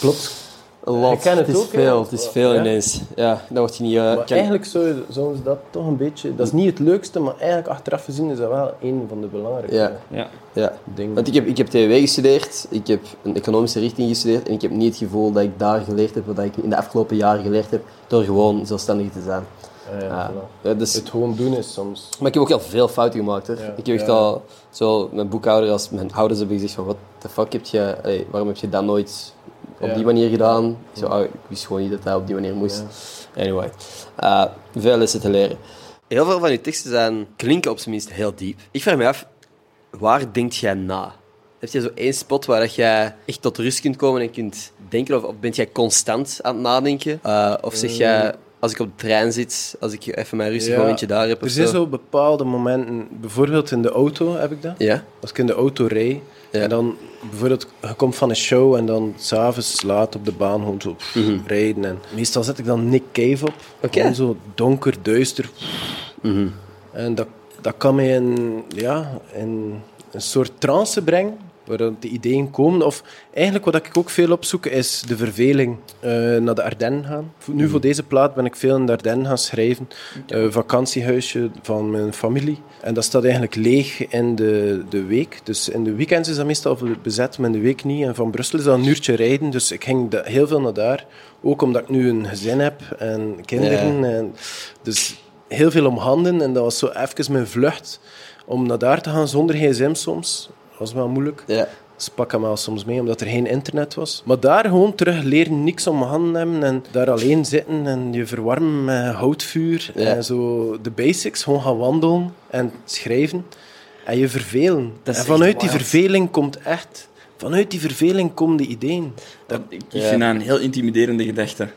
B: plots.
A: Een lot.
B: Je kent het
A: het is
B: ook, hè?
A: veel, het is veel
B: Ja.
A: ineens. Ja, dat wordt je niet... eh,
B: Maar
A: kan-
B: eigenlijk zou je- zouden ze dat toch een beetje... Dat is niet het leukste, maar eigenlijk achteraf gezien is dat wel een van de belangrijkste
A: Ja.
C: Ja.
A: Ja.
B: dingen.
A: Want ik heb, ik heb TW gestudeerd, ik heb een economische richting gestudeerd en ik heb niet het gevoel dat ik daar geleerd heb wat ik in de afgelopen jaren geleerd heb door gewoon zelfstandig te zijn.
B: Ah ja,
A: Ja.
B: voilà.
A: Ja, dus,
B: Het gewoon doen is soms...
A: maar ik heb ook al veel fouten gemaakt. Hè.
B: Ja.
A: Ik heb echt
B: Ja.
A: al, zowel mijn boekhouder als mijn ouders hebben gezegd van wat de fuck heb je, allee, waarom heb je dat nooit op
B: Ja.
A: die manier gedaan? Ik Zo, ah, ik wist gewoon niet dat dat op die manier moest. Anyway, eh, veel lessen te leren. Heel veel van je teksten zijn, klinken op zijn minst heel diep. Ik vraag me af, waar denkt jij na? Heb jij zo één spot waar dat jij echt tot rust kunt komen en kunt denken? Of, of bent jij constant aan het nadenken? Eh, of zeg jij, als ik op de trein zit, als ik even mijn rustig
B: Ja.
A: momentje daar heb
B: Er
A: of
B: zijn
A: zo?
B: zo bepaalde momenten, bijvoorbeeld in de auto heb ik dat.
A: Ja?
B: Als ik in de auto rij,
A: Ja.
B: en dan bijvoorbeeld, je komt van een show en dan s'avonds laat op de baan gewoon zo pff, rijden. En meestal zet ik dan Nick Cave op.
A: Mhm. Oké.
B: Gewoon zo donker, duister. En dat, dat kan mij in, ja, in een soort trance brengen, waar dan de ideeën komen. Of eigenlijk wat ik ook veel opzoek, is de verveling. Eh, naar de Ardennen gaan. Voor- Nu voor deze plaat ben ik veel in de Ardennen gaan schrijven. Eh, vakantiehuisje van mijn familie. En dat staat eigenlijk leeg in de, de week. Dus in de weekends is dat meestal bezet, maar in de week niet. En van Brussel is dat een uurtje rijden, dus ik ging da- heel veel naar daar. Ook omdat ik nu een gezin heb en kinderen. En, dus heel veel om handen. En dat was zo even mijn vlucht om naar daar te gaan zonder gsm soms. Dat was wel moeilijk.
A: Ja.
B: Ze pakken me al soms mee omdat er geen internet was. Maar daar gewoon terug leren niks om handen hebben en daar alleen zitten en je verwarmen met houtvuur
A: Ja.
B: en zo de basics. Gewoon gaan wandelen en schrijven en je vervelen.
C: Dat is
B: En vanuit
C: echt
B: die
C: wild.
B: verveling komt echt, vanuit die verveling komen de ideeën.
C: Dat, ik ik
A: Ja.
C: vind dat een heel intimiderende gedachte.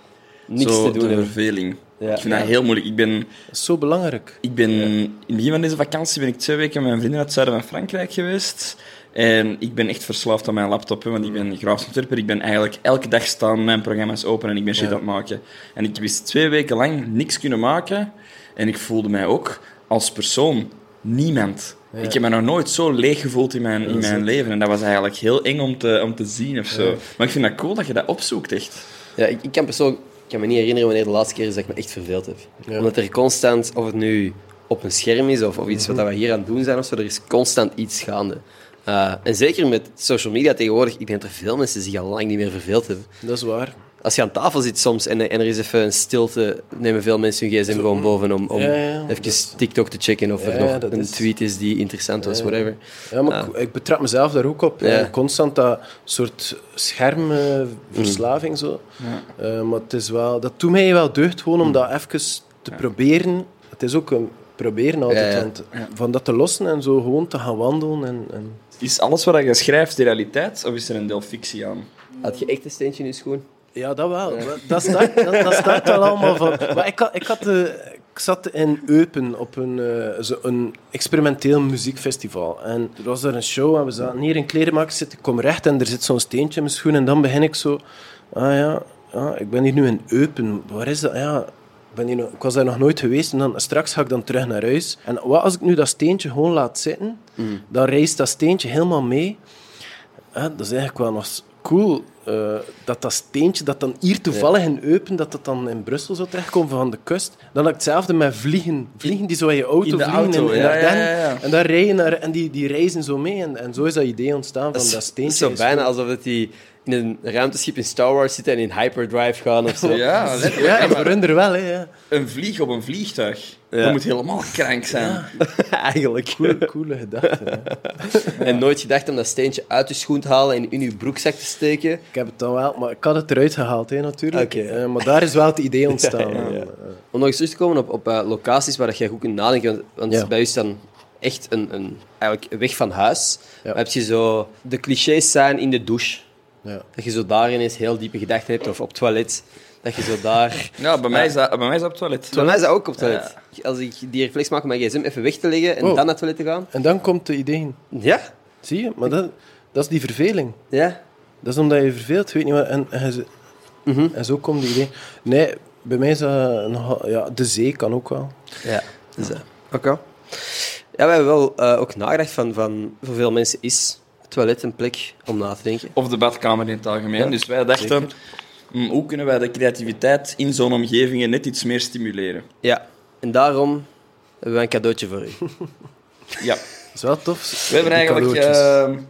A: Niks
C: Zo,
A: te doen
C: De
A: hebben.
C: verveling.
A: Ja.
C: Ik vind dat heel moeilijk. Ik ben...
B: Dat is zo belangrijk.
C: Ik ben, In het begin van deze vakantie ben ik twee weken met mijn vrienden uit het zuiden van Frankrijk geweest. En ik ben echt verslaafd aan mijn laptop, hè, want ik ben grafisch ontwerper. Ik ben eigenlijk elke dag staan mijn programma's open en ik ben shit aan het maken. En ik heb dus twee weken lang niks kunnen maken. En ik voelde mij ook als persoon niemand. Ik heb me nog nooit zo leeg gevoeld in mijn, in mijn leven. En dat was eigenlijk heel eng om te, om te zien of zo. Maar ik vind dat cool dat je dat opzoekt, echt.
A: Ja, ik, ik kan persoonlijk ik kan me niet herinneren wanneer de laatste keer is dat ik me echt verveeld heb. Omdat er constant, of het nu op een scherm is of, of iets
B: Mhm.
A: wat we hier aan het doen zijn of zo, er is constant iets gaande. Eh, en zeker met social media tegenwoordig, ik denk dat er veel mensen zich al lang niet meer verveeld hebben.
B: Dat is waar.
A: Als je aan tafel zit soms en, en er is even een stilte, nemen veel mensen hun gsm gewoon boven om, om
B: Ja, ja,
A: even TikTok te checken of er
B: Ja, ja,
A: nog
B: dat
A: een
B: is-
A: tweet is die interessant was, whatever.
B: Ja, maar ik, ik betrap mezelf daar ook op.
A: Ja.
B: Eh, Constant dat soort schermverslaving
A: Mm.
B: zo. Eh, maar het is wel, dat doet mij wel deugd gewoon om
A: Mm.
B: dat even te proberen. Het is ook een proberen
A: Ja,
B: altijd,
A: ja.
B: want van dat te lossen en zo gewoon te gaan wandelen. En, en...
C: Is alles wat je schrijft de realiteit, of is er een deel fictie aan?
A: Had je echt een steentje in je schoen?
B: Ja, dat wel. Dat, start, dat, dat start wel allemaal van... Maar ik had, ik had, de, ik Ik zat in Eupen op een, eh, zo een experimenteel muziekfestival. En er was daar een show en we zaten hier in klerenmakers zitten. Ik kom recht en er zit zo'n steentje in mijn schoen. En dan begin ik zo... Ah ja, ja ik ben hier nu in Eupen. Waar is dat? Ja, ik ben hier, nog- ik was daar nog nooit geweest. En dan, straks ga ik dan terug naar huis. En wat als ik nu dat steentje gewoon laat zitten? Dan reist dat steentje helemaal mee. Ja, dat is eigenlijk wel nog s- cool. eh, dat dat steentje dat dan hier toevallig in Eupen, dat dat dan in Brussel zou terechtkomen van de kust. Dan had ik hetzelfde met vliegen. Vliegen die zo in je auto
C: in de
B: vliegen
C: auto,
B: in, in
C: ja, ja,
B: Ardennen.
C: ja, ja.
B: En dan rijden naar, en die, die reizen zo mee. En, en zo is dat idee ontstaan van
A: Dat
B: dat,
A: is, dat
B: steentje.
A: is zo
B: is-
A: bijna alsof dat die in een ruimteschip in Star Wars zitten en in hyperdrive gaan of zo.
C: Ja, letterlijk.
B: Ja, voor hun er wel, hè. Ja.
C: Een vlieg op een vliegtuig. Dat moet helemaal krank zijn.
A: Eigenlijk.
B: Coole, coole gedachte. hè.
A: En nooit gedacht om dat steentje uit je schoen te halen en in je broekzak te steken.
B: Ik heb het dan wel, maar ik had het eruit gehaald, hè, natuurlijk.
A: Oké.
B: Eh, maar daar is wel het idee ontstaan.
A: Ja, ja, ja.
B: Eh,
A: Om nog eens terug te komen op, op eh, locaties waar dat jij goed kunt nadenken. Want, want
B: Ja.
A: bij u is dan echt een, een, eigenlijk weg van huis.
B: Ja.
A: Maar heb je zo de clichés zijn in de douche.
B: ja.
A: Dat je zo daar ineens heel diepe gedachten hebt. Of op het toilet. Dat je zo daar...
C: Ja, bij mij is dat, bij mij is dat op het toilet.
A: Bij mij is dat ook op het toilet. Als ik die reflex maak om mijn gsm even weg te leggen en
B: Oh.
A: dan naar het toilet te gaan.
B: En dan komt de idee.
A: Ja?
B: Zie je? Maar dat, dat is die verveling.
A: Ja?
B: Dat is omdat je verveelt, weet niet wat. En, en, je- en zo komt die idee. Nee, bij mij is dat nogal- ja, de zee kan ook wel.
A: Ja, dus dat. Oké. Ja, we hebben wel eh, ook nagedacht van, van voor veel mensen is het toilet een plek om na te denken.
C: Of de badkamer in het algemeen. dus wij dachten, hm, hoe kunnen wij de creativiteit in zo'n omgeving net iets meer stimuleren?
A: Ja, en daarom hebben we een cadeautje voor u.
C: Ja.
B: Dat is wel tof.
C: We hebben
B: die
C: eigenlijk
B: cadeautjes.
C: eh,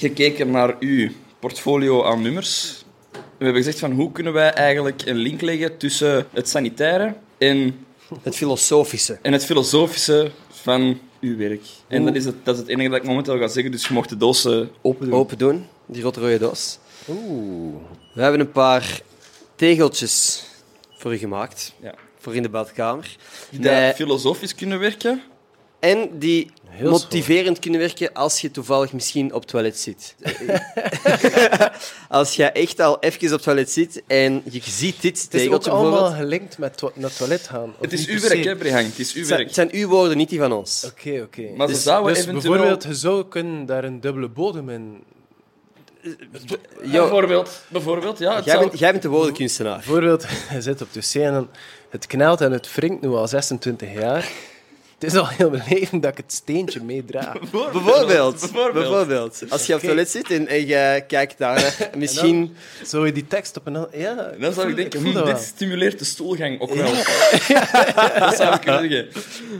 C: gekeken naar uw portfolio aan nummers. We hebben gezegd van hoe kunnen wij eigenlijk een link leggen tussen het sanitaire en,
A: Het filosofische.
C: en het filosofische van uw werk. En dat is, het, dat is het enige dat ik momenteel ga zeggen, dus je mocht de dozen open doen.
A: Open doen, die rode rode doos. We hebben een paar tegeltjes voor u gemaakt.
C: Ja.
A: Voor in de badkamer.
C: Die
A: Nee,
C: daar filosofisch kunnen werken.
A: en die
B: Heel
A: motiverend kunnen werken als je toevallig misschien op het toilet zit. als je echt al even op het toilet zit en je ziet dit
B: Het is ook
A: tegeltje bijvoorbeeld.
B: allemaal gelinkt met to- naar het toilet gaan. of
C: Het is
B: niet
C: uw
B: per se?
C: werk, hè, Brihang. Het is uw
A: Het zijn, het
C: werk.
A: zijn uw woorden, niet die van ons.
B: Oké, oké.
C: Maar ze zouden
B: dus
C: eventueel-
B: bijvoorbeeld, je zou kunnen daar een dubbele bodem in...
A: Jo,
C: Bijvoorbeeld, bijvoorbeeld, ja. Het
A: jij,
C: zou-
A: bent, jij bent de woordenkunstenaar.
B: Bijvoorbeeld, je zit op de wc en dan- het knelt en het wringt nu al 26 jaar. Het is al heel mijn leven dat ik het steentje meedraag.
A: Bijvoorbeeld, bijvoorbeeld.
C: Bijvoorbeeld.
A: Als je op het toilet zit en, en je kijkt daar, eh, misschien...
B: Zou je die tekst op een... an- Ja,
C: Dan zou
B: voel-
C: ik denken,
B: voel
C: hm,
B: dat
C: dit
B: wel.
C: stimuleert de stoelgang ook wel. dat zou ik kunnen zeggen.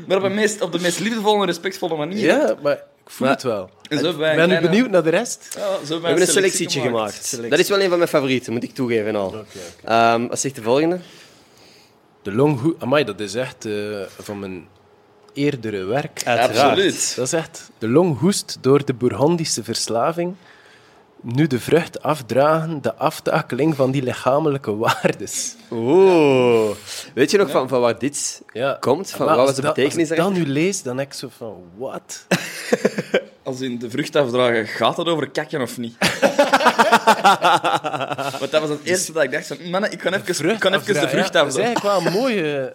C: Maar op, een meest, op de meest liefdevolle en respectvolle manier.
B: Ja, maar ik voel
A: Maar-
B: het wel.
C: En zo
B: Ik
C: bij een
B: ben nu
C: kleine-
B: benieuwd naar de rest.
C: Ja, zo hebben
A: We hebben een selectietje gemaakt.
B: Selectie.
A: Dat is wel een van mijn favorieten, moet ik toegeven al. Ehm, wat zegt de volgende?
B: De longhoed... Amai, dat is echt eh, van mijn eerdere werk.
C: Absoluut.
B: Dat is echt... De longhoest door de Bourgondische verslaving. Nu de vrucht afdragen, de aftakeling van die lichamelijke waardes.
A: Oeh. Weet je nog van, van waar dit
B: Ja.
A: komt? Van wat
B: Maar
A: was
B: als
A: de
B: dat-
A: betekenis
B: Als ik dat
A: daarvan?
B: nu lees, dan denk ik zo van, wat?
C: Als in de vrucht afdragen, gaat het over kakken of niet? Want dat was het eerste dat ik dacht. Van, mannen, ik kan even, ik kan even de
B: afdragen, ja.
C: vrucht
B: Dat is
C: afdragen.
B: eigenlijk wel een mooie...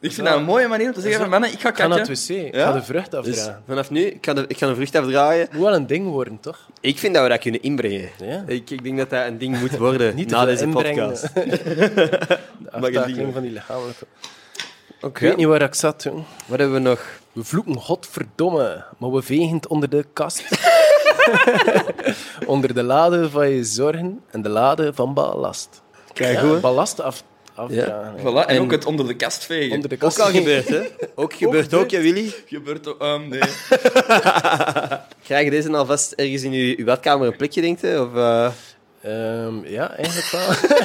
C: Ik vind dat een mooie manier om te zeggen van, mannen, ik ga
B: Ik ga naar het
C: kakken.
B: wc, ik
C: Ja?
B: ga de vrucht
A: Dus
B: afdragen.
A: vanaf nu, ik kan de, ik kan de vrucht afdraaien.
B: Moet wel een ding worden, toch?
A: Ik vind dat we dat kunnen inbrengen.
B: Ja.
A: Ik, ik denk dat dat een ding moet worden
B: Niet te
A: na
B: veel
A: deze
B: inbrengen.
A: podcast.
B: De
A: Mag je dingen?
B: aftakeling van die lichamelijke...
A: Oké.
B: Ik weet niet waar ik zat, jong.
A: Wat hebben we nog?
B: We vloeken godverdomme, maar we vegen het onder de kast. onder de lade van je zorgen en de lade van ballast.
A: Kijk,
B: Ja,
A: goed. hè?
B: Ballast af, afdragen. ja.
C: Voilà, en,
A: En-
C: ook het onder de kast vegen.
B: Onder de
A: Ook
B: kast.
A: al gebeurd, hè? Ook gebeurd, ook, ja, Willy?
C: Gebeurt ook... ehm, nee.
A: Krijg je deze alvast ergens in uw, uw badkamer een plekje, denkt u? Of, eh,
B: Ehm, ja, eigenlijk wel.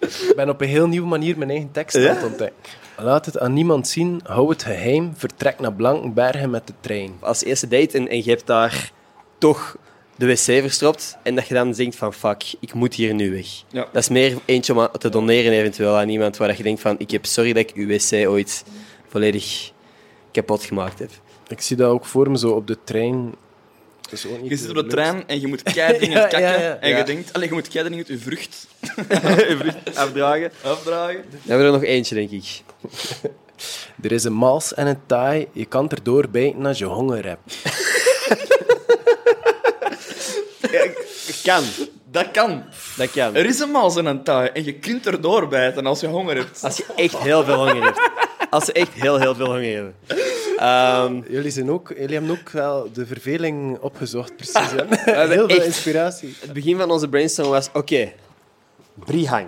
B: Ik ben op een heel nieuwe manier mijn eigen tekst aan het ontdekken. Laat het aan niemand zien, hou het geheim, vertrek naar Blankenbergen met de trein.
A: als eerste date en, en je hebt daar toch de wc verstopt en dat je dan denkt van fuck, ik moet hier nu weg.
C: Ja.
A: Dat is meer eentje om aan- te doneren eventueel aan iemand waar dat je denkt van ik heb sorry dat ik uw wc ooit volledig kapot gemaakt heb.
B: Ik zie dat ook voor me zo op de trein. Dat is ook niet
C: Je zit op
B: de
C: de trein en je moet keidingen
B: Ja,
C: kakken.
B: ja, ja.
C: En
A: Ja.
C: je denkt, allee, je moet keidingen uit je vrucht, je vrucht
A: Afdragen.
C: afdragen.
A: We hebben er nog eentje, denk ik.
B: Er is een mals en een taai. Je kan erdoor bijten als je honger hebt.
A: Kan.
C: Dat kan.
A: Dat kan.
C: Er is een maal en een taai en je kunt erdoor bijten als je honger hebt.
A: Als je echt heel veel honger hebt. Als ze echt heel, heel veel honger hebben. Ehm,
B: Jullie, zijn ook, jullie hebben ook wel de verveling opgezocht, precies. hè?
A: hebben
B: Heel veel
A: echt-
B: inspiratie.
A: het begin van onze brainstorm was, oké, Brihang.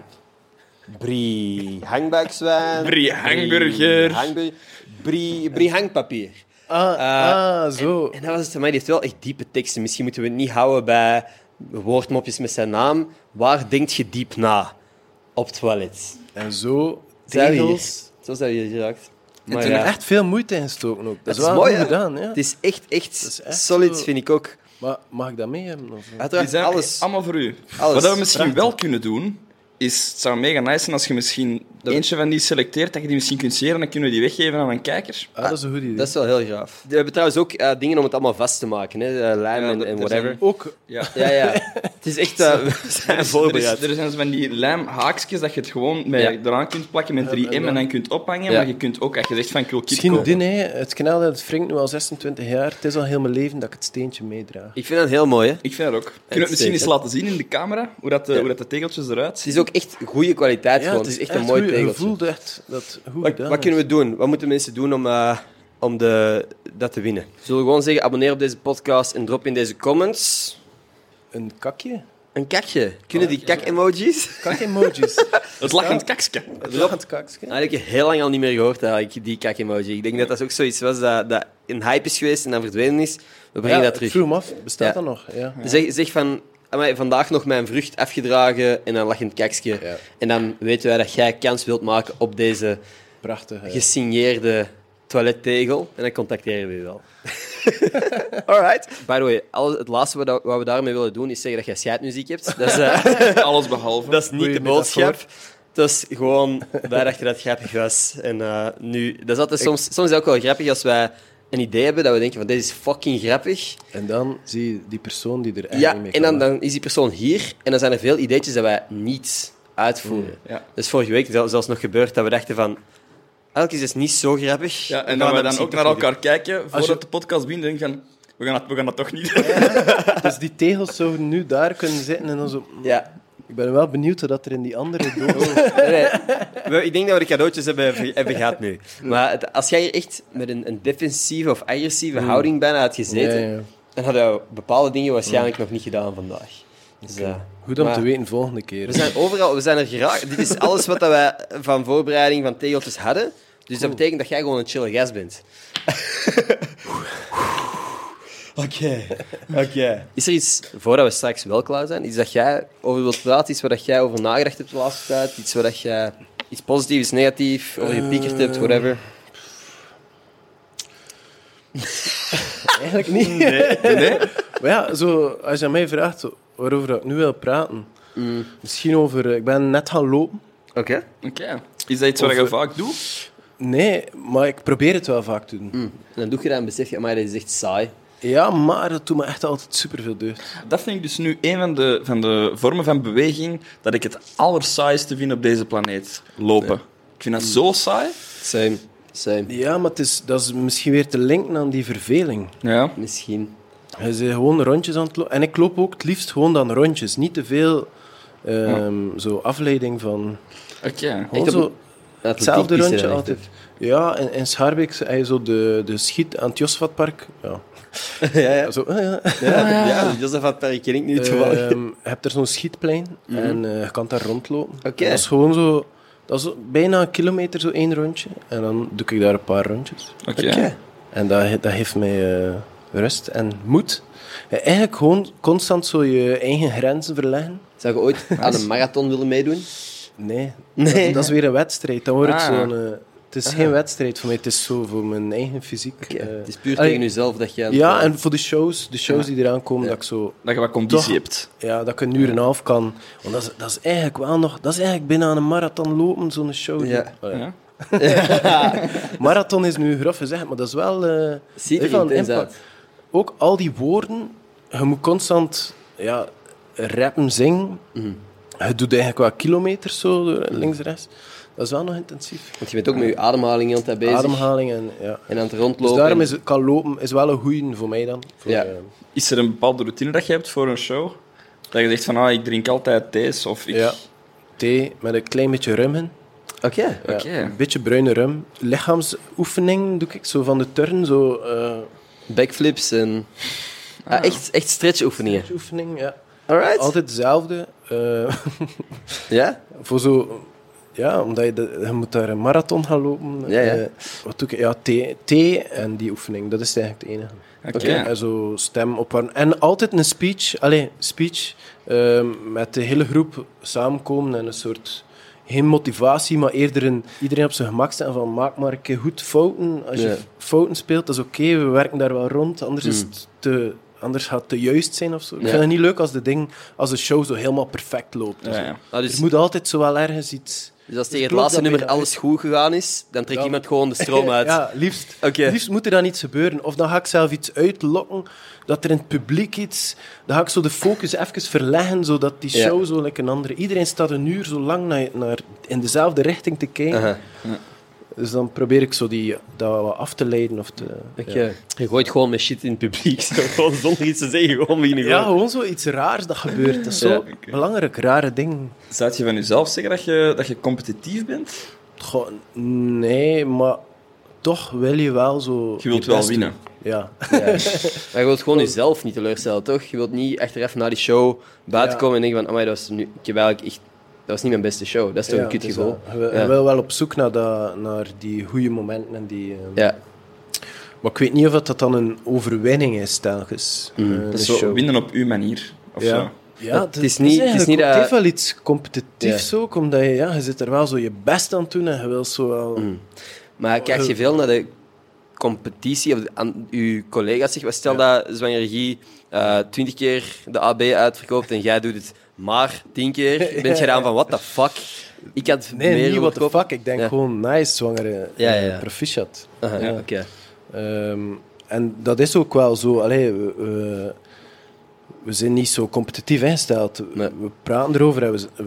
A: Brihangbuikzwijn.
C: Brihangburger.
A: Brihangbu- Bri- Brihangpapier.
B: Ah,
A: Eh,
B: ah zo.
A: En dat was het, maar die heeft wel echt diepe teksten. Misschien moeten we het niet houden bij woordmopjes met zijn naam. Waar denkt je diep na? Op het toilet.
B: En zo,
A: Zijn we hier?
B: tegels.
A: Zo zijn we hier geraakt.
B: En toen
A: ja,
B: echt veel moeite in gestoken ook.
A: het
B: Dat, is wel
A: mooi
B: goed
A: hè?
B: gedaan, ja.
A: Het is echt, echt,
B: is echt
A: solid,
B: zo-
A: vind ik ook.
B: Maar mag ik dat mee hebben? Of?
C: Die
A: Uiteraard,
C: zijn
A: alles.
C: allemaal voor u.
A: Alles.
C: Wat we misschien wel kunnen doen, is... Het zou mega nice zijn als je misschien eentje van die selecteert, dat je die misschien kunt scheren en dan kunnen we die weggeven aan een kijker.
B: Ah, dat is een goed idee.
A: Dat is wel heel gaaf. We hebben trouwens ook eh, dingen om het allemaal vast te maken, hè? eh, lijm
C: Ja,
A: en,
C: er-
A: en
C: er
A: whatever.
B: Ook
C: Ja.
A: Ja, ja. Het is echt. eh, we zijn
C: Er, is,
A: voorbereid.
C: er zijn zo van die lijmhaakjes dat je het gewoon met,
A: Ja.
C: eraan kunt plakken met 3M en dan kunt ophangen.
A: Ja.
C: Maar je kunt ook, als je zegt van ik wil kit
B: misschien
C: kopen.
B: din, hè. Het kanaal dat het wringt nu al 26 jaar. Het is al heel mijn leven dat ik het steentje meedraag.
A: Ik vind dat heel mooi, hè?
C: Ik vind dat ook. Kunnen we het misschien eens
A: zeker.
C: laten zien in de camera, hoe dat de, hoe dat de tegeltjes eruit
A: Het
C: zien?
A: is ook echt goede kwaliteit, gewoon. Het is echt, een mooi
B: goed. Je
A: tegeltje.
B: voelt echt dat het goed
A: Wat,
B: gedaan
A: wat kunnen we doen? Wat moeten mensen doen om, eh, om de, dat te winnen? Zullen we gewoon zeggen: abonneer op deze podcast en drop in deze comments
B: is. Een kakje?
A: een kakje. Kunnen die kak-emojis?
B: Kak-emojis.
C: Het lachend kakske.
B: Lachend kakje.
A: Dat heb ik heel lang al niet meer gehoord, eigenlijk, die kak-emoji. Ik denk dat dat ook zoiets was dat, dat een hype is geweest en dan verdwenen is. We brengen dat terug.
B: vroeg hem af. Bestaat
A: Ja.
B: dat nog? Ja.
A: Zeg, zeg van, "Amai, vandaag nog mijn vrucht afgedragen en een lachend kakje.
B: Ja.
A: En dan weten wij dat jij kans wilt maken op deze
B: Prachtig. hè.
A: gesigneerde toilettegel. En dan contacteren we je wel. Alright. By the way, alles, het laatste wat, dat- wat we daarmee willen doen is zeggen dat jij scheidmuziek hebt. Dat is, eh,
C: Alles behalve.
A: dat is niet
B: Goeie
A: de boodschap.
B: metafoor.
A: Dat is gewoon, wij dachten dat het grappig was. En eh, nu, dat is altijd soms, soms is het ook wel grappig als wij een idee hebben dat we denken van dit is fucking grappig.
B: En dan zie je die persoon die er echt
A: Ja,
B: niet mee
A: en
B: kan
A: dan,
B: lachen.
A: dan is die persoon hier en dan zijn er veel ideetjes dat wij niet uitvoeren.
C: Ja. Ja.
A: Dus vorige week zel- zelfs nog gebeurd dat we dachten van, elke is het niet zo grappig.
C: Ja,
A: We
C: en dat
A: gaan
C: we
A: dat
C: dan ook
A: misschien toch
C: naar
A: niet
C: elkaar kijken voordat
B: je-
C: de podcast begint en denken van, we gaan dat, we gaan dat toch niet doen.
B: Dus die tegels zouden nu daar kunnen zitten en dan zo...
A: doen. Ja.
B: Ik ben wel benieuwd wat dat er in die andere doos...
A: Nee, we- ik denk dat we de cadeautjes hebben, hebben gehad nu. Maar het- als jij hier echt met een, een defensieve of agressieve
B: Mm.
A: houding bijna had gezeten,
B: Ja, ja.
A: dan hadden we bepaalde dingen waarschijnlijk nog niet gedaan vandaag. Dus, eh,
B: Goed om
A: maar-
B: te weten volgende keer.
A: We zijn overal, we zijn er geraakt. Dit is alles wat dat wij van voorbereiding van tegeltjes hadden. Dus dat betekent dat jij gewoon een chille gast bent. Oké, oké. Is er iets, voordat we straks wel klaar zijn, iets dat jij over wilt praten, iets waar dat jij over nagedacht hebt de laatste tijd, iets waar dat jij, iets positiefs, negatief, over gepiekerd hebt, whatever?
B: Eigenlijk niet.
C: Nee?
B: Maar ja, zo, als je aan mij vraagt zo, waarover dat ik nu wil praten...
A: Mm.
B: Misschien over... eh, Ik ben net gaan lopen.
A: Oké.
C: Oké. Is dat iets wat
B: Of,
C: je
B: eh,
C: vaak doet?
B: Nee, maar ik probeer het wel vaak te doen.
A: Hm. En dan doe je dat en besef je, maar dit is echt saai.
B: Ja, maar dat doet me echt altijd superveel deugd.
C: Dat vind ik dus nu een van de, van de vormen van beweging dat ik het allersaaieste vind op deze planeet. Lopen. Ik vind dat zo saai.
A: Same, same.
B: Ja, maar het is, dat is misschien weer te linken aan die verveling.
C: Ja.
A: Misschien.
B: Je bent gewoon rondjes aan het lopen. En ik loop ook het liefst gewoon dan rondjes. Niet te veel ehm, zo afleiding van...
C: Oké.
B: Gewoon
A: op
B: zo
A: een
B: hetzelfde
A: Atletiekpiste dan
B: rondje
A: echt,
B: altijd. Ja, in, in Schaarbeek heb je zo de, de schiet aan het Josvatpark. Ja.
A: hè. ja, ja.
B: Zo, eh, ja.
A: Ja, Jozef had daar ken ik niet toevallig.
B: Ehm, je hebt er zo'n schietplein en eh, je kan daar rondlopen.
A: Mhm. Oké.
B: En Dat is gewoon zo... Dat is bijna een kilometer, zo één rondje. En dan doe ik daar een paar rondjes.
C: Oké.
B: En dat, ge- dat geeft mij eh, rust en moed. Ja, eigenlijk gewoon constant zo je eigen grenzen verleggen.
A: Zou je ooit aan een marathon willen meedoen?
B: Nee,
A: Nee. Ah.
B: Dat, dat is weer een wedstrijd. Dan wordt
C: Ah.
B: het zo'n... eh, het is geen wedstrijd voor mij, het is zo voor mijn eigen fysiek. eh,
A: het is puur
B: allee,
A: tegen jezelf dat je...
B: Ja, en voor de shows, de shows die eraan komen, dat ik zo...
C: Dat je wat conditie
B: Toch.
C: hebt.
B: Ja, dat ik een uur en een half kan. Want dat is, dat is eigenlijk wel nog... Dat is eigenlijk bijna een marathon lopen, zo'n show.
A: Ja.
B: Allee,
C: Ja.
B: Marathon is nu grof gezegd, maar dat is wel... eh,
A: Ziet er
B: heeft wel een
A: intens
B: impact.
A: uit.
B: Ook al die woorden je moet constant ja, rappen, zingen.
A: Mhm.
B: Je doet eigenlijk qua kilometers zo, door- links en rechts. Dat is wel nog intensief.
A: Want je bent ook met je ademhaling heel de tijd bezig.
B: Ademhaling en ja.
A: En aan het
B: Dus
A: rondlopen.
B: daarom is het- kan lopen is wel een goeie voor mij dan. Voor,
A: Ja.
B: eh,
C: Is er een bepaalde routine dat je hebt voor een show? Dat je zegt van, ah, ik drink altijd deze, of ik...
B: ja. Thee met een klein beetje rum in.
A: Oké.
B: Ja,
C: Oké.
B: Een beetje bruine rum. Lichaamsoefening doe ik zo van de turn, zo eh,
A: Backflips en... Ah, echt, echt stretchoefeningen.
B: oefening. Ja.
A: Alright.
B: Altijd hetzelfde. eh,
A: Ja?
B: voor zo, ja, omdat je, de- je moet daar een marathon gaan lopen.
A: Ja, ja.
B: Eh, wat doe ik? Ja, thee, thee en die oefening. Dat is eigenlijk het enige.
C: Oké.
B: En zo stem opwarmen. En altijd een speech. Allee, speech. eh, met de hele groep samenkomen en een soort... Geen motivatie, maar eerder een, iedereen op zijn gemak staan van maak maar een keer goed fouten. Als
A: Ja. Mm.
B: je fouten speelt, dat is oké, we werken daar wel rond. Anders, is het te, anders gaat het te juist zijn of zo. Ik
A: Ja.
B: vind het niet leuk als de, ding, als de show zo helemaal perfect loopt.
C: Ja, ja.
A: Ah,
B: Er
A: dus,
B: moet altijd zo wel ergens iets...
A: dus als
B: Dus
A: tegen het
B: klopt
A: laatste
B: dat
A: nummer
B: weer dat
A: alles goed gegaan is, dan trekt
B: Ja.
A: iemand gewoon de stroom uit.
B: Ja, liefst.
A: Oké.
B: Liefst moet er dan iets gebeuren. Of dan ga ik zelf iets uitlokken, dat er in het publiek iets... Dan ga ik zo de focus even verleggen, zodat die
A: Ja.
B: show zo lekker een andere... Iedereen staat een uur zo lang naar, naar, in dezelfde richting te kijken.
A: Aha.
B: Dus dan probeer ik zo die, dat wat af te leiden. Of te, ja.
A: Oké. Je gooit gewoon met shit in het publiek. zo, gewoon zonder iets te zeggen, gewoon beginnen
B: Ja,
A: gooien.
B: gewoon zo iets raars dat gebeurt. Dat is zo
A: eh, Ja,
C: oké.
B: belangrijk, rare ding.
C: Zou je van jezelf zeggen dat je, dat je competitief bent?
B: Goh, nee, maar toch wil je wel zo...
C: Je wilt
B: je
C: wel
B: best
C: winnen.
B: doen. Ja.
A: Maar je wilt gewoon jezelf niet teleurstellen, toch? Je wilt niet achteraf na die show buiten
B: Ja.
A: komen en denken van, amai, dat was, nu, ik heb eigenlijk echt, dat was niet mijn beste show. Dat is toch
B: Ja,
A: een kut
B: het is
A: gevoel.
B: wel- Je, je
A: Ja.
B: wil wel op zoek naar, dat, naar die goede momenten. En die, eh,
A: Ja.
B: Maar ik weet niet of dat dan een overwinning is telkens.
A: Mm.
B: eh,
C: Dat
B: de
C: is zo
B: show.
C: winnen op uw manier, of
B: Ja.
C: zo.
B: Ja,
A: Mhm. Het is niet- het is
B: eigenlijk-
A: niet dat-
B: het heeft wel iets competitiefs
A: Ja.
B: ook, omdat je, ja, je zit er wel zo je best aan het doen en je wil zo wel...
A: Mhm. Maar kijk
B: Oh.
A: je veel naar de competitie of aan uw collega's? Zeg, maar stel dat Zwanger Regie eh, twintig keer de AB uitverkoopt en jij doet het maar tien keer. Ben je dan van, what the fuck? Ik had
B: Nee,
A: meer
B: niet what the
A: overkopen.
B: fuck. Ik denk
A: Ja.
B: gewoon nice, zwangere,
A: Ja, ja,
B: eh,
A: ja.
B: proficiat.
A: Aha,
C: Ja.
A: Oké.
B: Ehm, en dat is ook wel zo. Allee, we, we- we zijn niet zo competitief ingesteld. We-
A: Nee.
B: We praten erover en we, z- we,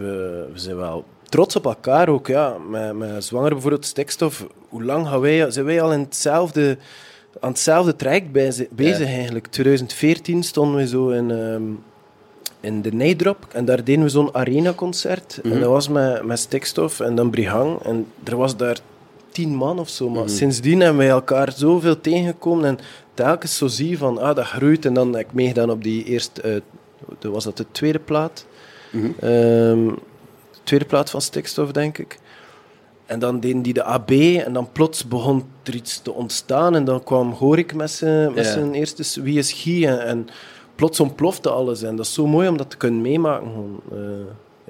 B: we zijn wel trots op elkaar ook. Ja. Met, met zwanger bijvoorbeeld, stikstof. Hoe lang gaan wij, zijn wij al in hetzelfde, aan hetzelfde traject bezig, bezig eigenlijk? 2014 stonden we zo in... ehm, in de Nijdrop. En daar deden we zo'n arena-concert. En dat was met, met stikstof en dan Brihang. En er was daar tien man of zo. Maar sindsdien hebben wij elkaar zoveel tegengekomen. En telkens zo zie je van, ah, dat groeit. En dan heb ik meegedaan op die eerste... eh, de- was dat de tweede plaat? Ehm, tweede plaat van stikstof, denk ik. En dan deden die de AB en dan plots begon er iets te ontstaan. En dan kwam Horik met zijn, met
A: Ja.
B: zijn eerste s- Dus Wie is Guy? En, en plots ontplofte alles. En dat is zo mooi om dat te kunnen meemaken. gewoon. Eh,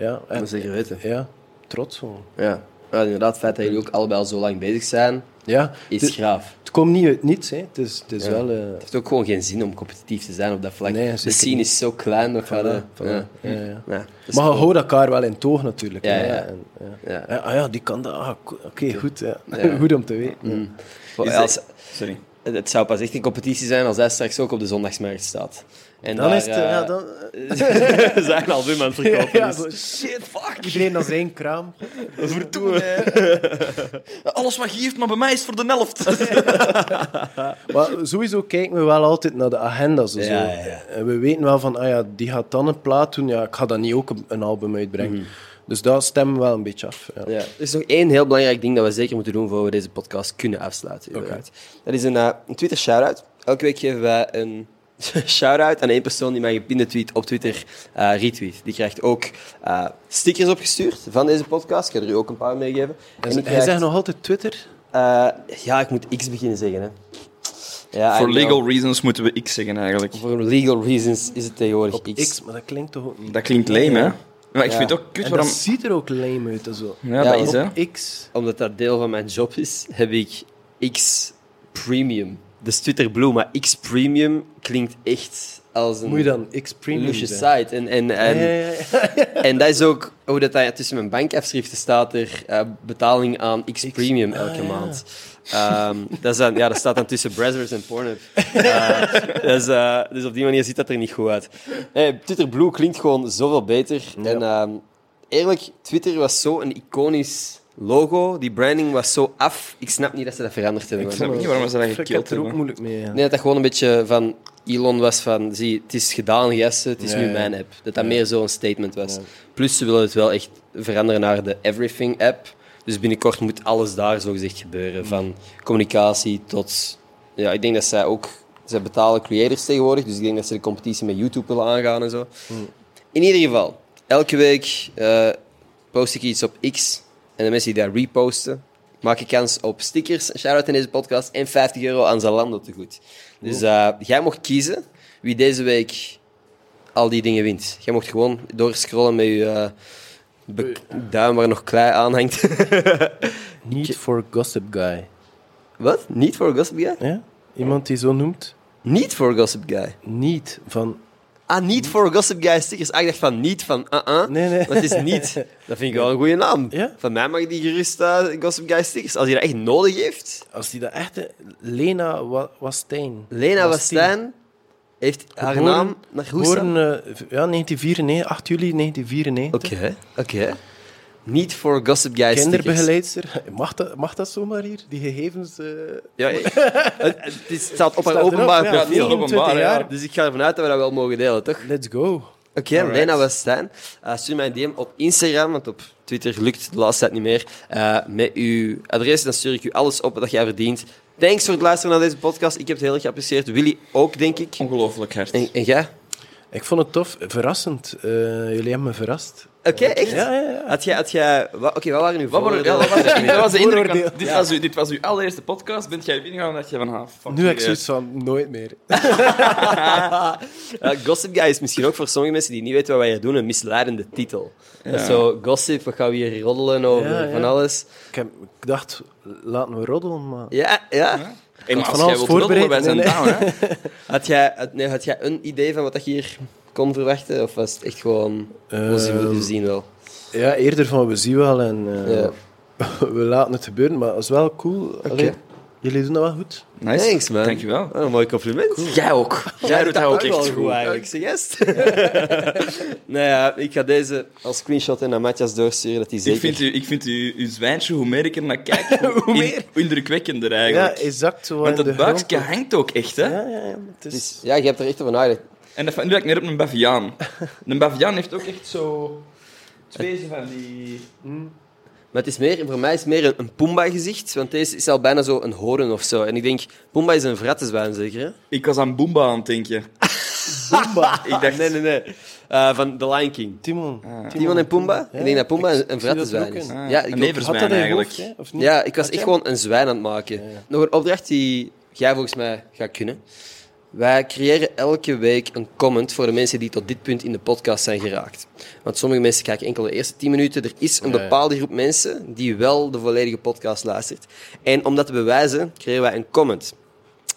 B: ja, en,
A: Dat is zeker weten.
B: ja, trots gewoon.
A: Ja. Ja, inderdaad, het feit dat jullie ook allebei al zo lang bezig zijn,
B: Ja,
A: is
B: het,
A: graaf.
B: het komt niet uit niets. Hè. Het is, het is
A: Ja.
B: wel... eh,
A: Het heeft ook gewoon geen zin om competitief te zijn op dat vlak.
B: Nee,
A: de
B: zeker
A: scene
B: niet.
A: is zo klein nog.
B: voilà,
A: hadden.
B: voilà.
A: Ja.
B: Ja, ja.
A: Ja, dat is
B: Maar je
A: cool.
B: houdt elkaar wel in toog natuurlijk.
A: Ja,
B: hè.
A: ja.
B: En, ja.
A: Ja.
B: Ja, ah ja, die kan dat. Ah, ko- Oké, goed. Ja.
A: Ja.
B: goed om te weten.
A: Voor-
C: Is
A: als-
C: dat- Sorry.
A: het- Het zou pas echt een competitie zijn als hij straks ook op de zondagsmarkt staat. En
B: Dan
A: daar,
B: is het...
A: eh,
B: ja, dan,
A: zijn album aan het verkopen.
B: ja,
A: is.
B: zo, shit, fuck. Iedereen naar zijn kraam.
C: Alles wat je heeft, maar bij mij is het voor de helft.
B: Maar sowieso kijken we wel altijd naar de agenda's. En, zo.
A: Ja, ja, ja.
B: en we weten wel van, ah ja, die gaat dan een plaat doen. Ja, ik ga dan niet ook een- een album uitbrengen.
A: Mhm.
B: Dus daar stemmen we wel een beetje af. Ja.
A: Ja. Er is nog één heel belangrijk ding dat we zeker moeten doen voor we deze podcast kunnen afsluiten. überhaupt. Dat is een, eh, een Twitter shout-out. Elke week geven wij een shout-out aan één persoon die mijn gepinde tweet op Twitter eh, retweet. Die krijgt ook eh, stickers opgestuurd van deze podcast. Ik ga er u ook een paar meegeven. En die
B: Hij
A: krijgt,
B: zegt nog altijd Twitter.
A: eh, ja, ik moet X beginnen zeggen. Hè. Ja, I
C: Voor
A: know.
C: legal reasons moeten we ik zeggen, eigenlijk.
A: Voor legal reasons is het tegenwoordig
B: Op
A: X.
B: X. maar dat klinkt toch ook niet.
C: Dat klinkt lame, hè? Maar ik
A: Ja.
C: vind het ook kut
B: En dat
C: waarom...
B: ziet er ook lame uit en zo.
C: Ja,
A: Ja,
C: dat is, hè?
B: X.
A: Omdat dat deel van mijn job is, heb ik X Premium. de Twitter Blue, maar X Premium klinkt echt als een
B: Moet je dan X-Premium
A: lusje site. En, en, en, en dat is ook hoe dat daar tussen mijn bankafschriften staat er eh, betaling aan X Premium elke maand. Ehm, dat, is dan, ja, dat staat dan tussen Brazzers en Pornhub. Eh, dat is, eh, dus op die manier ziet dat er niet goed uit. Hey, Twitter Blue klinkt gewoon zoveel beter. En ehm, eerlijk, Twitter was zo een iconisch logo. Die branding was zo af. Ik snap niet dat ze dat veranderd hebben.
C: Ik
A: man.
C: snap niet waarom ze dat
B: Ik heb er
C: gekild
B: ook
C: hebben.
B: moeilijk mee. Ja.
A: Ik denk dat dat gewoon een beetje van Elon was van, zie, het is gedaan, gasten, het is
B: Ja,
A: nu
B: ja.
A: mijn app. Dat dat meer zo'n statement was. Plus, ze willen het wel echt veranderen naar de Everything-app. Dus binnenkort moet alles daar zogezegd
B: Mm.
A: gebeuren. Van communicatie tot... Ja, ik denk dat zij ook... Zij betalen creators tegenwoordig, dus ik denk dat ze de competitie met YouTube willen aangaan en zo.
B: Mm.
A: In ieder geval, elke week eh, post ik iets op X. En de mensen die dat reposten, maken kans op stickers, een shout-out in deze podcast, en 50 euro aan Zalando te goed. Dus eh, jij mocht kiezen wie deze week al die dingen wint. Jij mocht gewoon doorscrollen met je eh, be- duim waar nog klei aan hangt.
B: Need for Gossip Guy.
A: Wat? Niet voor Gossip Guy?
B: Ja? Iemand die zo noemt?
A: Niet voor Gossip Guy.
B: Niet van...
A: Ah, niet voor Gossip Guy stickers. Ah, ik dacht van niet, van uh-uh.
B: Nee, nee.
A: Want het is niet. Dat vind ik wel een goede naam.
B: Ja?
A: Van mij mag die gerust eh, Gossip Guy stickers. Als je dat echt nodig heeft.
B: Als die dat echt... Lena Wa Wastijn.
A: Lena
B: Wastien.
A: Wastijn heeft haar
B: Geboren-
A: naam naar Hoesam.
B: Geboren, eh, v- ja, 1994, 8 juli 1994.
A: Oké, oké. Niet voor Gossip Guy stickers.
B: Kinderbegeleidster. Mag dat, mag dat zomaar hier? Die gegevens... eh,
A: Ja, eh, het, het is- het staat op haar
B: Staat erop,
A: openbaar
B: ja.
A: profiel.
B: 29
A: Openbaar, ja.
B: jaar.
A: Dus ik ga ervan uit dat we dat wel mogen delen, toch?
B: Let's go.
A: Oké, Lena Westijn. Eh stuur mij een DM op Instagram, want op Twitter lukt het de laatste tijd niet meer. eh, met uw adres, dan stuur ik u alles op wat jij verdient. Thanks voor het luisteren naar deze podcast. Ik heb het heel erg geapprecieerd. Willy ook, denk ik.
C: Ongelooflijk hard.
A: En, en jij?
B: Ik vond het tof. Verrassend. Eh, jullie hebben me verrast.
A: Oké, echt?
B: Ja, ja, ja.
A: Had jij... Had jij wa- Oké, wat waren uw
C: Wat were- ja,
A: vooroordelen?
C: dat was, dat was de indruk.
B: Vooroordeel.
C: want Dit, was uw, dit was uw allereerste podcast. Bent jij binnengegaan dat je van... Ah, fuck
B: Nu heb ik
C: yes.
B: zoiets van nooit meer.
A: Ja, gossip Guy is misschien ook voor sommige mensen die niet weten wat wij hier doen een misleidende titel. Dat is zo gossip, we gaan hier roddelen over
B: Ja, ja.
A: van alles.
B: Ik, heb, ik dacht, laten we roddelen, maar...
A: Ja, ja.
C: Hey, maar
B: Van
C: als jij
B: alles
C: wilt roddelen, wij zijn
B: voorbereid.
C: down, hè.
A: Had, jij, had, nee, had jij een idee van wat dat je hier kon verwachten? Of was het echt gewoon...
B: Ehm.
A: we zien- we zien wel.
B: Ja, eerder van we zien wel en eh,
A: Ja.
B: we laten het gebeuren, maar dat is wel cool. Allee, jullie doen dat wel goed.
C: Nice.
A: Thanks, man.
C: Dankjewel.
A: Oh, een mooi compliment.
C: Jij ook. Jij doet dat ook
A: wel
C: echt goed.
A: eigenlijk. Zeg eerst. nou ja, ik ga deze als screenshot en naar Matthias doorsturen, dat hij
C: Ik
A: zeker...
C: vind, u, ik vind u, uw zwijntje, hoe meer ik er naar kijk, hoe
B: meer?
C: in- indrukwekkender
B: Ja,
C: eigenlijk.
B: exact. Zo
C: Want
B: in de
C: dat buikje
B: grond.
C: hangt ook echt, hè?
B: Ja, ja, ja. maar Het is...
A: Dus, ja, je hebt er echt over nagedacht.
C: En dat, nu lijkt meer op een baviaan. Een baviaan heeft ook echt zo... Twee
B: Eh.
C: zo van die...
A: Maar het is meer, voor mij is het meer een, een Pumba-gezicht, want deze is al bijna zo een horen of zo. En ik denk, Pumba is een vrattenzwijn, zeker? Hè?
C: Ik was aan Boomba aan het denken.
B: Boomba.
C: Ik dacht...
A: Nee, nee, nee. Eh, van The Lion King.
B: Timon.
A: Ah. Timon en Pumba?
B: Ja,
A: ik denk dat Pumba
B: ik-
A: een, een
B: ik zie dat er
A: vrattenzwijn
B: ook
A: is.
B: in.
C: Ah,
A: ja, ik
C: een
A: ook.
B: Had dat
C: neverzwijn
B: in je
C: eigenlijk.
B: hoofd, hè, of niet?
A: Ja, ik was
B: Had
A: echt
B: jij-
A: gewoon een zwijn aan het maken. Nog een opdracht die jij volgens mij gaat kunnen. Wij creëren elke week een comment voor de mensen die tot dit punt in de podcast zijn geraakt. Want sommige mensen kijken enkel de eerste 10 minuten. Er is een
B: Ja.
A: bepaalde groep mensen die wel de volledige podcast luistert. En om dat te bewijzen, creëren wij een comment.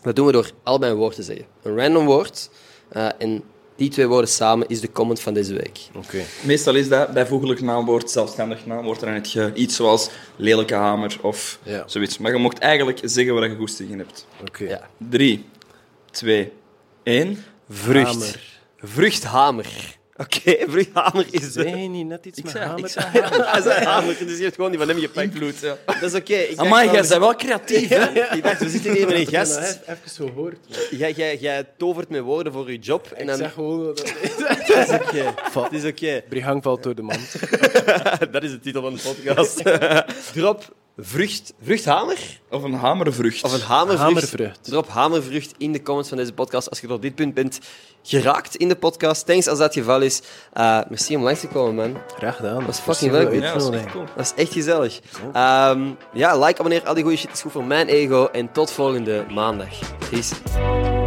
A: Dat doen we door allebei een woord te zeggen. Een random woord. eh, en die twee woorden samen is de comment van deze week.
B: Oké.
C: Meestal is dat bijvoeglijk naamwoord, zelfstandig naamwoord, en dan heb je iets zoals lelijke hamer of
B: Ja.
C: zoiets. Maar je mocht eigenlijk zeggen waar je goed in hebt.
B: oké.
A: Ja.
C: Drie, twee, één.
A: Vrucht.
B: Hamer.
A: Vruchthamer. Oké, vruchthamer is
B: Zei je niet net iets met hamer?
A: Hij zei hamer, dus je hebt gewoon die van hem gepakt.
C: Bloed, ja.
A: Dat is oké. ik dacht
C: Amai, jij
A: wel-
C: bent wel creatief, hè?
A: Ik dacht, we zitten hier met een
B: Ik heb
A: gast.
B: dat even gehoord. maar
A: Jij, jij, jij tovert met woorden voor je job. En
B: Ik
A: dan...
B: zeg gewoon dat het
A: Het is oké.
B: Brihang valt door de mand.
A: Dat is de titel van de podcast. Drop vrucht, vruchthamer?
C: Of een hamervrucht.
A: Of een hamervrucht.
B: Hamervrucht.
A: Drop hamervrucht in de comments van deze podcast. Als je tot dit punt bent geraakt in de podcast. Thanks als dat het geval is. Eh, merci om langs te komen, man.
B: Graag gedaan.
A: is fucking leuk.
C: ja, dat is echt cool.
A: Dat is echt gezellig. Ehm, ja, like, abonneer. Al die goede shit is goed voor mijn ego. En tot volgende maandag. Peace.